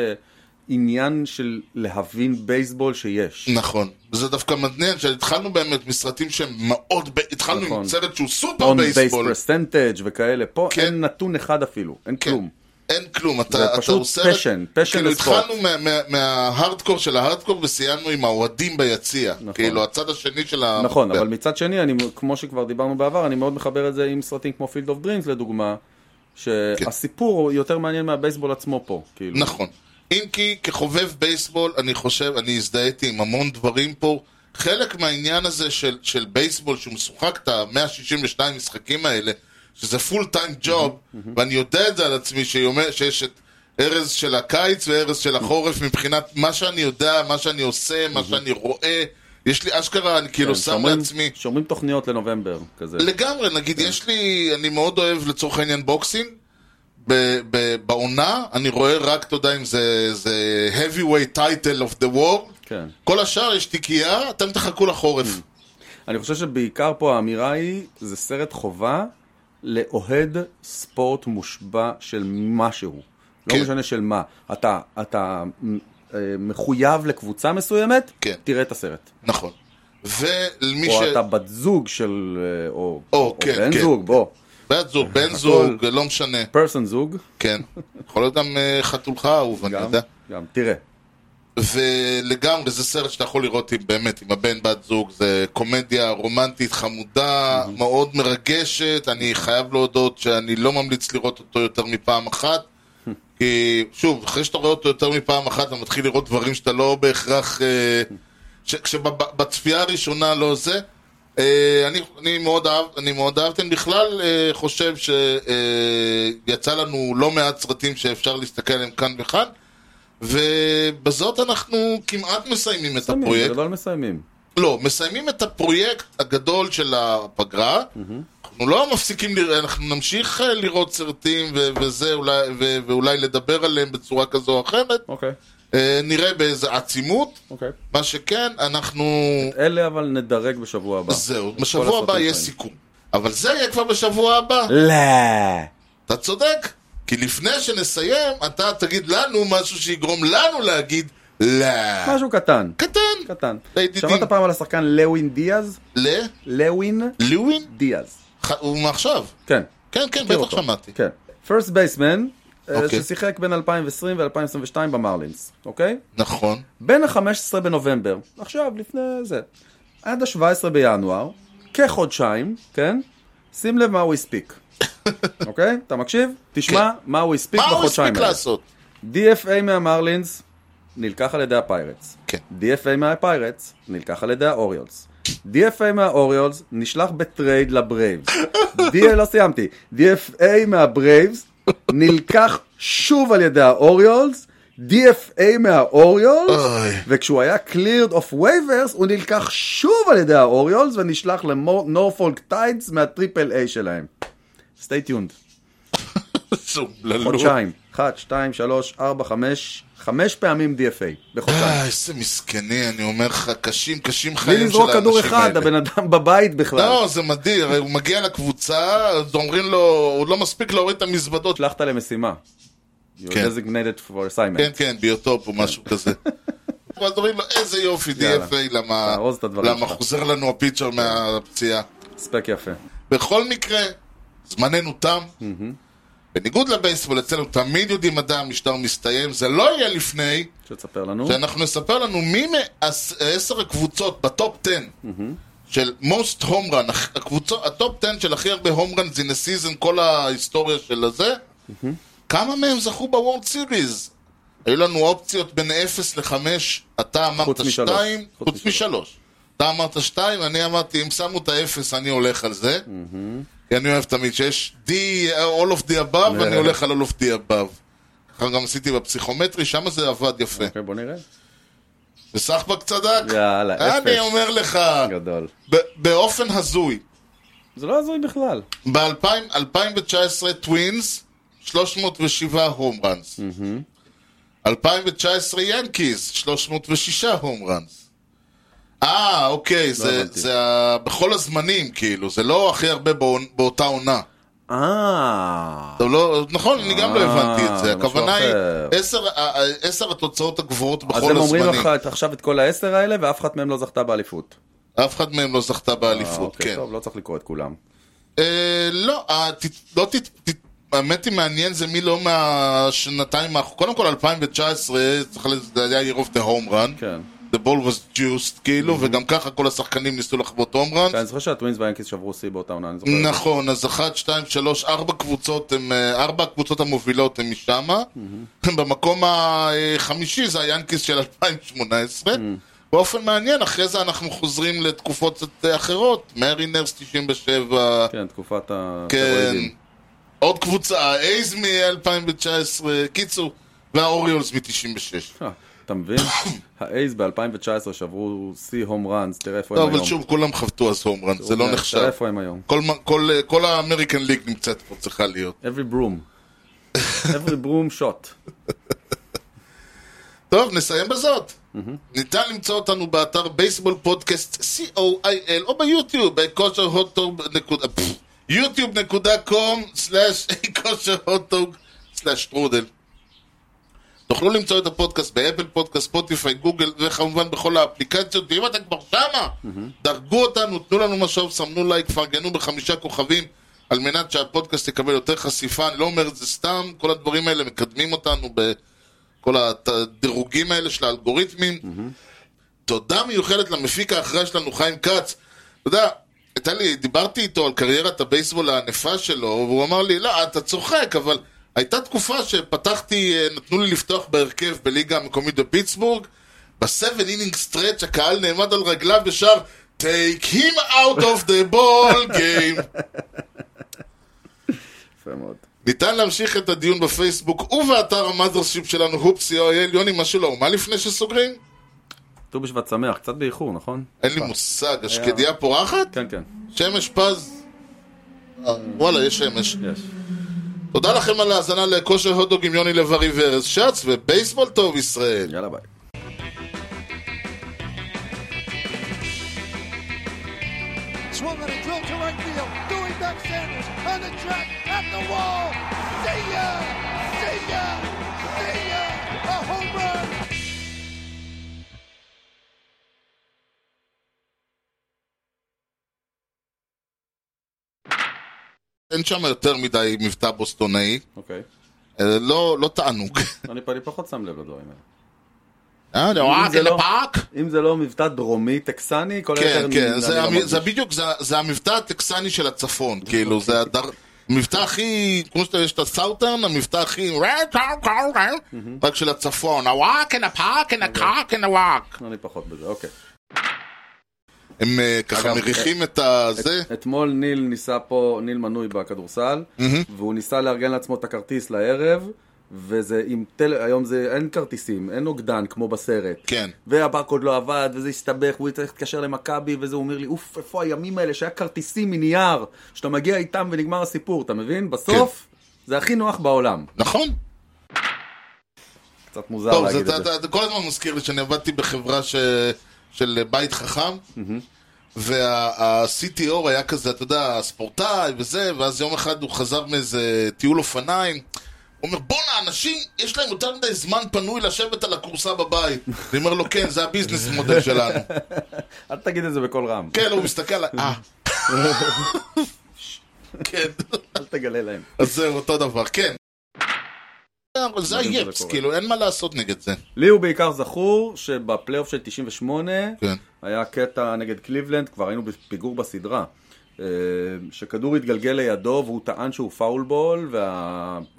עניין של להבין בייסבול שיש.
נכון. זה דווקא מעניין שהתחלנו באמת מסרטים שהם מאוד, ב- התחלנו עם
נכון.
סרט שהוא סופר
און בייס
לא בייסבול.
פרסנטג' וכאלה, פה
כן.
אין נתון אחד אפילו, אין
כן.
כלום.
אין כלום, אתה,
זה
אתה
פשוט
הוא סרט,
passion, passion
כאילו
לספורט.
התחלנו מה- מה- מההארדקור של ההארדקור וסיימנו עם האוהדים ביציע,
נכון.
כאילו הצד השני של ה...
נכון, אבל מצד שני, אני, כמו שכבר דיברנו בעבר, אני מאוד מחבר את זה עם סרטים כמו פילד אוף דרימס לדוגמה,
כן.
שהסיפור הוא יותר מעניין מהבייסבול עצמו פה, כאילו.
נכון. אם כי כחובב בייסבול, אני חושב, אני הזדהיתי עם המון דברים פה. חלק מהעניין הזה של, של בייסבול, שהוא משוחק את ה-162 משחקים האלה, שזה פול טיים ג'וב, ואני יודע את זה על עצמי, שיומי- שיש את ארז של הקיץ וארז של החורף, מבחינת מה שאני יודע, מה שאני עושה, מה שאני רואה. יש לי אשכרה, אני כאילו
כן,
שם
שומרים-
לעצמי.
שומרים תוכניות לנובמבר, כזה.
לגמרי,
כן.
נגיד, יש לי, אני מאוד אוהב לצורך העניין בוקסינג. ב- ב- בעונה, אני רואה רק, אתה יודע אם זה, זה heavyweight title of the war.
כן. Mm.
כל השאר יש תיקייה, אתם תחכו לחורף.
אני חושב שבעיקר פה האמירה היא, זה סרט חובה לאוהד ספורט מושבע של משהו.
כן.
לא משנה של מה. אתה, אתה אה, מחויב לקבוצה מסוימת,
כן.
תראה את הסרט.
נכון. ולמי
או
ש...
אתה בת זוג של... אה, או,
או,
או
כן,
בן
כן.
זוג, בוא.
בת זוג, בן זוג, לא משנה.
פרסון זוג,
כן. יכול להיות גם אה, חתולך האהוב, אני
גם,
יודע.
גם, תראה.
ולגמרי, זה סרט שאתה יכול לראות עם, באמת עם הבן בת זוג, זה קומדיה רומנטית חמודה, מאוד מרגשת, אני חייב להודות שאני לא ממליץ לראות אותו יותר מפעם אחת. כי שוב, אחרי שאתה רואה אותו יותר מפעם אחת, אתה מתחיל לראות דברים שאתה לא בהכרח... אה, ש- כשבצפייה הראשונה לא זה. אה, אני, אני מאוד אהב, אני מאוד אהבתי, אני בכלל אה, חושב שיצא לנו לא מעט סרטים שאפשר להסתכל עליהם כאן וכאן, ובזאת אנחנו כמעט מסיימים את
מסיימים,
הפרויקט.
בגדול מסיימים.
לא, מסיימים את הפרויקט הגדול של הפגרה. אנחנו לא מפסיקים, לרא- אנחנו נמשיך אה, לראות סרטים ו- וזה, אולי, ו- ואולי לדבר עליהם בצורה כזו או אחרת.
אוקיי,
אה, נראה באיזה עצימות.
אוקיי.
מה שכן, אנחנו...
אלה אבל נדרג בשבוע הבא.
זהו,
את כל
בשבוע
הסרטים
הבא יהיה
שלהם.
סיכום. אבל זה יהיה כבר בשבוע הבא.
לא.
אתה צודק. כי לפני שנסיים, אתה תגיד לנו משהו שיגרום לנו להגיד לא.
משהו קטן.
קטן.
קטן.
לידידים.
שמעת פעם על השחקן לאווין דיאז?
ל...
לאווין
לואין?
דיאז.
ח- הוא מעכשיו.
כן.
כן, כן,
מכיר
בטח
אותו.
שמעתי.
כן. פרסט בייסמן,
אוקיי.
ששיחק בין 2020 ו-2022 במרלינס, אוקיי?
נכון.
בין ה-15 בנובמבר, עכשיו, לפני זה, עד ה-17 בינואר, כחודשיים, כן? שים לב מה הוא הספיק. אוקיי? אתה מקשיב? תשמע מה הוא הספיק
כן. מה הוא
בחודשיים
הספיק
האלה.
לעשות?
DFA מהמרלינס נלקח על ידי הפיירטס.
כן.
DFA מהפיירטס נלקח על ידי האוריולס. DFA מהאוריולס נשלח בטרייד לברייבס. DFA לא סיימתי. DFA מהברייבס נלקח שוב על ידי האוריולס. DFA מהאוריולס,
אוי.
וכשהוא היה cleared of waivers, הוא נלקח שוב על ידי האוריולס ונשלח לנורפולק טיידס מהטריפל איי שלהם. stay tuned.
סובלנות.
חודשיים. אחת, שתיים, שלוש, ארבע, חמש, חמש פעמים DFA בחודשיים.
אה, איזה מסכני, אני אומר לך, קשים, קשים חיים של
בלי
האנשים
לזרוק כדור אחד,
האלה.
הבן אדם בבית בכלל.
לא, זה מדהים, הרי הוא מגיע לקבוצה, אז אומרים לו, הוא לא מספיק להוריד את המזוודות.
שלחת למשימה. You're
כן.
designated for assignment.
כן, כן, ביוטופ או משהו כזה. ואז אומרים לו, איזה יופי,
יאללה.
DFA, למה
תארוז את הדברים
למה
שלך.
חוזר לנו הפיצ'ר מהפציעה.
הספק יפה.
בכל מקרה, זמננו תם. בניגוד לבייסבול, אצלנו תמיד יודעים מתי המשטר מסתיים, זה לא יהיה לפני,
שתספר לנו.
שאנחנו נספר לנו מי מעשר הקבוצות בטופ 10 של most home run, הכ- הקבוצות, הטופ 10 של הכי הרבה home runs in a season, כל ההיסטוריה של הזה, כמה מהם זכו בוורד סיריז? היו לנו אופציות בין 0 ל-5, אתה
חוץ
אמרת
משלוש.
2,
חוץ
חוץ מ-3. אתה אמרת 2, אני אמרתי, אם שמו את ה-0, אני הולך על זה. כי אני אוהב תמיד שיש D, all of the above,
כן.
ואני הולך על all of the above. ככה גם עשיתי בפסיכומטרי, שם זה עבד יפה.
אוקיי, בוא נראה.
וסחבק צדק.
יאללה,
אני
אפס.
אומר לך,
גדול.
ב- באופן הזוי,
זה לא הזוי בכלל.
ב-2019 טווינס, 307 הום ראנס. 2019 ינקיז, 306 הום ראנס. אה, אוקיי, זה,
לא הבנתי.
זה ה- בכל הזמנים, כאילו, זה לא הכי הרבה בעונ- באותה עונה.
אה...
טוב, לא, נכון, אני גם לא
אה,
הבנתי את זה.
זה משהו
הכוונה היא,
אחר.
עשר- ה- ה- עשר התוצאות הגבוהות
אז
בכל
הם אומרים
הזמנים.
לך את- עכשיו את כל העשר האלה, ואף אחת מהם לא זכתה באליפות.
אף אחד מהם לא זכתה
אה,
באליפות,
אוקיי,
כן.
טוב, לא צריך לקרוא את כולם.
אה, לא, אה, ת- לא ת- ת- האמת היא מעניין זה מי לא מהשנתיים האחרונות. קודם כל 2019, צריך לזה, זה היה year of the home run.
כן. Mm-hmm.
The ball was juiced, כאילו, וגם ככה כל השחקנים ניסו לחוות home
כן,
run.
אני זוכר שהטווינס והיאנקיס שברו שיא באותה עונה, אני זוכר. את זה.
נכון, אז אחת, שתיים, שלוש, ארבע קבוצות, הם, אה, ארבע הקבוצות המובילות הן משמה.
Mm-hmm.
במקום החמישי זה היאנקיס של 2018.
Mm-hmm.
באופן מעניין, אחרי זה אנחנו חוזרים לתקופות קצת אחרות. מרינרס 97,
כן, תקופת
כן.
הסטרואידים.
עוד קבוצה, אייז מ-2019, קיצור, והאוריולס מ-96.
אה, אתה מבין? האייז ב-2019 שברו שיא הום ראנס, תראה איפה הם
טוב,
היום.
לא, אבל שוב, כולם חבטו אז הום ראנס, זה לא
תראה
נחשב.
איפה הם היום.
כל מה- כל, אה, כל האמריקן ליג נמצאת פה, צריכה להיות.
Every broom. Every broom shot.
טוב, נסיים בזאת. ניתן למצוא אותנו באתר בייסבול פודקאסט co.il או ביוטיוב, בכושר הוטוג נקודה, יוטיוב נקודה קום סלאש כושר הוטוג סלאש טרודל. תוכלו למצוא את הפודקאסט באפל פודקאסט, ספוטיפיי, גוגל וכמובן בכל האפליקציות ואם אתם כבר שמה, דרגו אותנו, תנו לנו משוב, סמנו לייק, פרגנו בחמישה כוכבים על מנת שהפודקאסט יקבל יותר חשיפה, אני לא אומר את זה סתם, כל הדברים האלה מקדמים אותנו ב... כל הדירוגים האלה של האלגוריתמים. תודה מיוחדת למפיק האחראי שלנו, חיים כץ. אתה יודע, הייתה לי, דיברתי איתו על קריירת הבייסבול הענפה שלו, והוא אמר לי, לא, אתה צוחק, אבל הייתה תקופה שפתחתי, אה, נתנו לי לפתוח בהרכב בליגה המקומית בפיטסבורג, בסבן אינינג סטרץ' הקהל נעמד על רגליו ושר, take him out of the ball game.
יפה מאוד.
ניתן להמשיך את הדיון בפייסבוק ובאתר המאזרשיפ שלנו, הופסי או אייל, יוני, משהו לאומה לפני שסוגרים?
ט"ו בשבט שמח, קצת באיחור, נכון?
אין לי מושג, השקדיה פורחת?
כן, כן,
שמש פז? אה, וואלה, יש שמש.
יש.
תודה לכם על ההאזנה לכושר הודוג עם יוני לב-ארי וארז שץ, ובייסבול טוב ישראל.
יאללה ביי.
Swung on a drill to right field. Doing back Sanders on the track at the wall. See ya! See ya! See ya! A home run!
אין שם יותר מדי מבטא בוסטונאי,
אוקיי.
אה, לא לא תענוג.
אני אני פחות שם לב לדברים האלה.
אה, נו, אה,
זה
זה
לא-
לפארק?
אם זה לא מבטא דרומי טקסני, כל היתר...
כן, כן,
אני
זה
לא
המ-
מרגיש.
זה בדיוק, זה- זה המבטא הטקסני של הצפון,
אוקיי,
כאילו, זה הדר- המבטא הכי, כמו שאתה יש את הסאוטרן, המבטא הכי, רק של הצפון, הוואק אין הפאק אין הקאק אין הוואק.
אני פחות בזה, אוקיי.
הם אה, ככה
אגב, אה,
מריחים את הזה,
אתמול ניל ניסה פה, ניל מנוי בכדורסל, והוא ניסה לארגן לעצמו את הכרטיס לערב, וזה עם טל... היום זה אין כרטיסים, אין אוגדן כמו בסרט.
כן.
והברקוד לא עבד, וזה הסתבך, והוא צריך להתקשר למכבי, וזה הוא אומר לי, אוף, איפה הימים האלה שהיה כרטיסים מנייר, שאתה מגיע איתם ונגמר הסיפור, אתה מבין? בסוף,
כן.
זה הכי נוח בעולם.
נכון?
קצת מוזר
טוב,
להגיד
זה-
את זה.
זה- זה כל הזמן מזכיר לי שאני עבדתי בחברה ש- של בית חכם, וה-CTO היה כזה, אתה יודע, ספורטאי וזה, ואז יום אחד הוא חזר מאיזה טיול אופניים. הוא אומר, בואנה, אנשים, יש להם יותר מדי זמן פנוי לשבת על הכורסה בבית. אני אומר לו, כן, זה הביזנס מודל שלנו.
אל תגיד את זה בקול רם,
כן, הוא מסתכל, עליי, אה. כן.
אל תגלה להם.
אז זהו, אותו דבר, כן. אבל זה
מדהים שזה
היפס,
קורה.
כאילו, אין מה לעשות נגד זה.
לי הוא בעיקר זכור שבפלייאוף של 98
כן.
היה קטע נגד קליבלנד, כבר היינו בפיגור בסדרה, אה, שכדור התגלגל לידו והוא טען שהוא פאול בול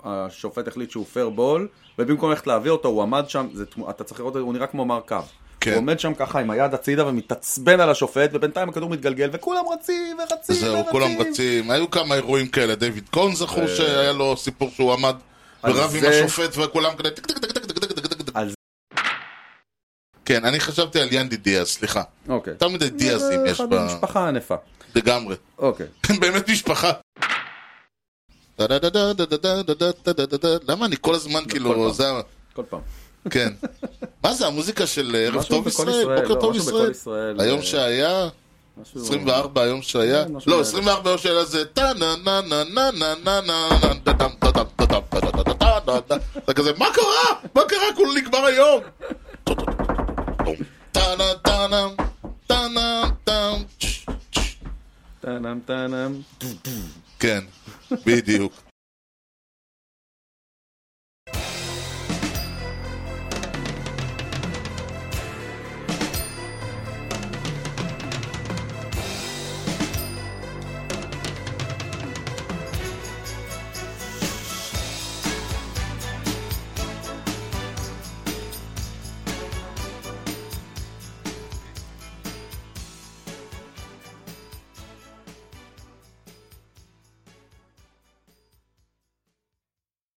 והשופט החליט שהוא פייר בול ובמקום ללכת להביא אותו הוא עמד שם, זה, תמו- אתה צריך לראות, הוא נראה כמו מר קו.
כן.
הוא עומד שם ככה עם היד הצידה ומתעצבן על השופט, ובינתיים הכדור מתגלגל, וכולם רצים ורצים
זהו,
ורצים.
כולם רצים. היו כמה אירועים כאלה. דיוויד קון זכור שהיה לו סיפור שהוא עמד
על
ורב עם
זה-
השופט וכולם כזה... טק, טק, טק, טק, טק, טק, טק, טק.
על זה-
כן, אני חשבתי על ינדי דיאז, סליחה.
אוקיי.
יותר מדי דיאזים יש
אחד
ב...
משפחה ענפה.
לגמרי.
אוקיי.
הם באמת משפחה. טה-טה-טה-טה-טה-טה-טה-טה-טה-טה-טה. למה אני כל הזמן כאילו, זה... ה-
כל פעם.
כן. מה זה המוזיקה של אה, ערב
משהו
טוב
בכל
ישראל?
ישראל,
בוקר
לא,
טוב
משהו בכל
ישראל.
ישראל,
היום
אה,
שהיה?
משהו-
24 היום שהיה?
כן, משהו
לא,
בערך.
24 היום שהיה זה טה נה נה נה נה נה נה נה נה דה דם דה דם דה דם דה דה דה דה דה דה. אתה כזה, מה קרה? מה קרה? כולו נגמר היום. טה נה טה נה טה נה טה נה.
טאנם טאנם.
כן, בדיוק.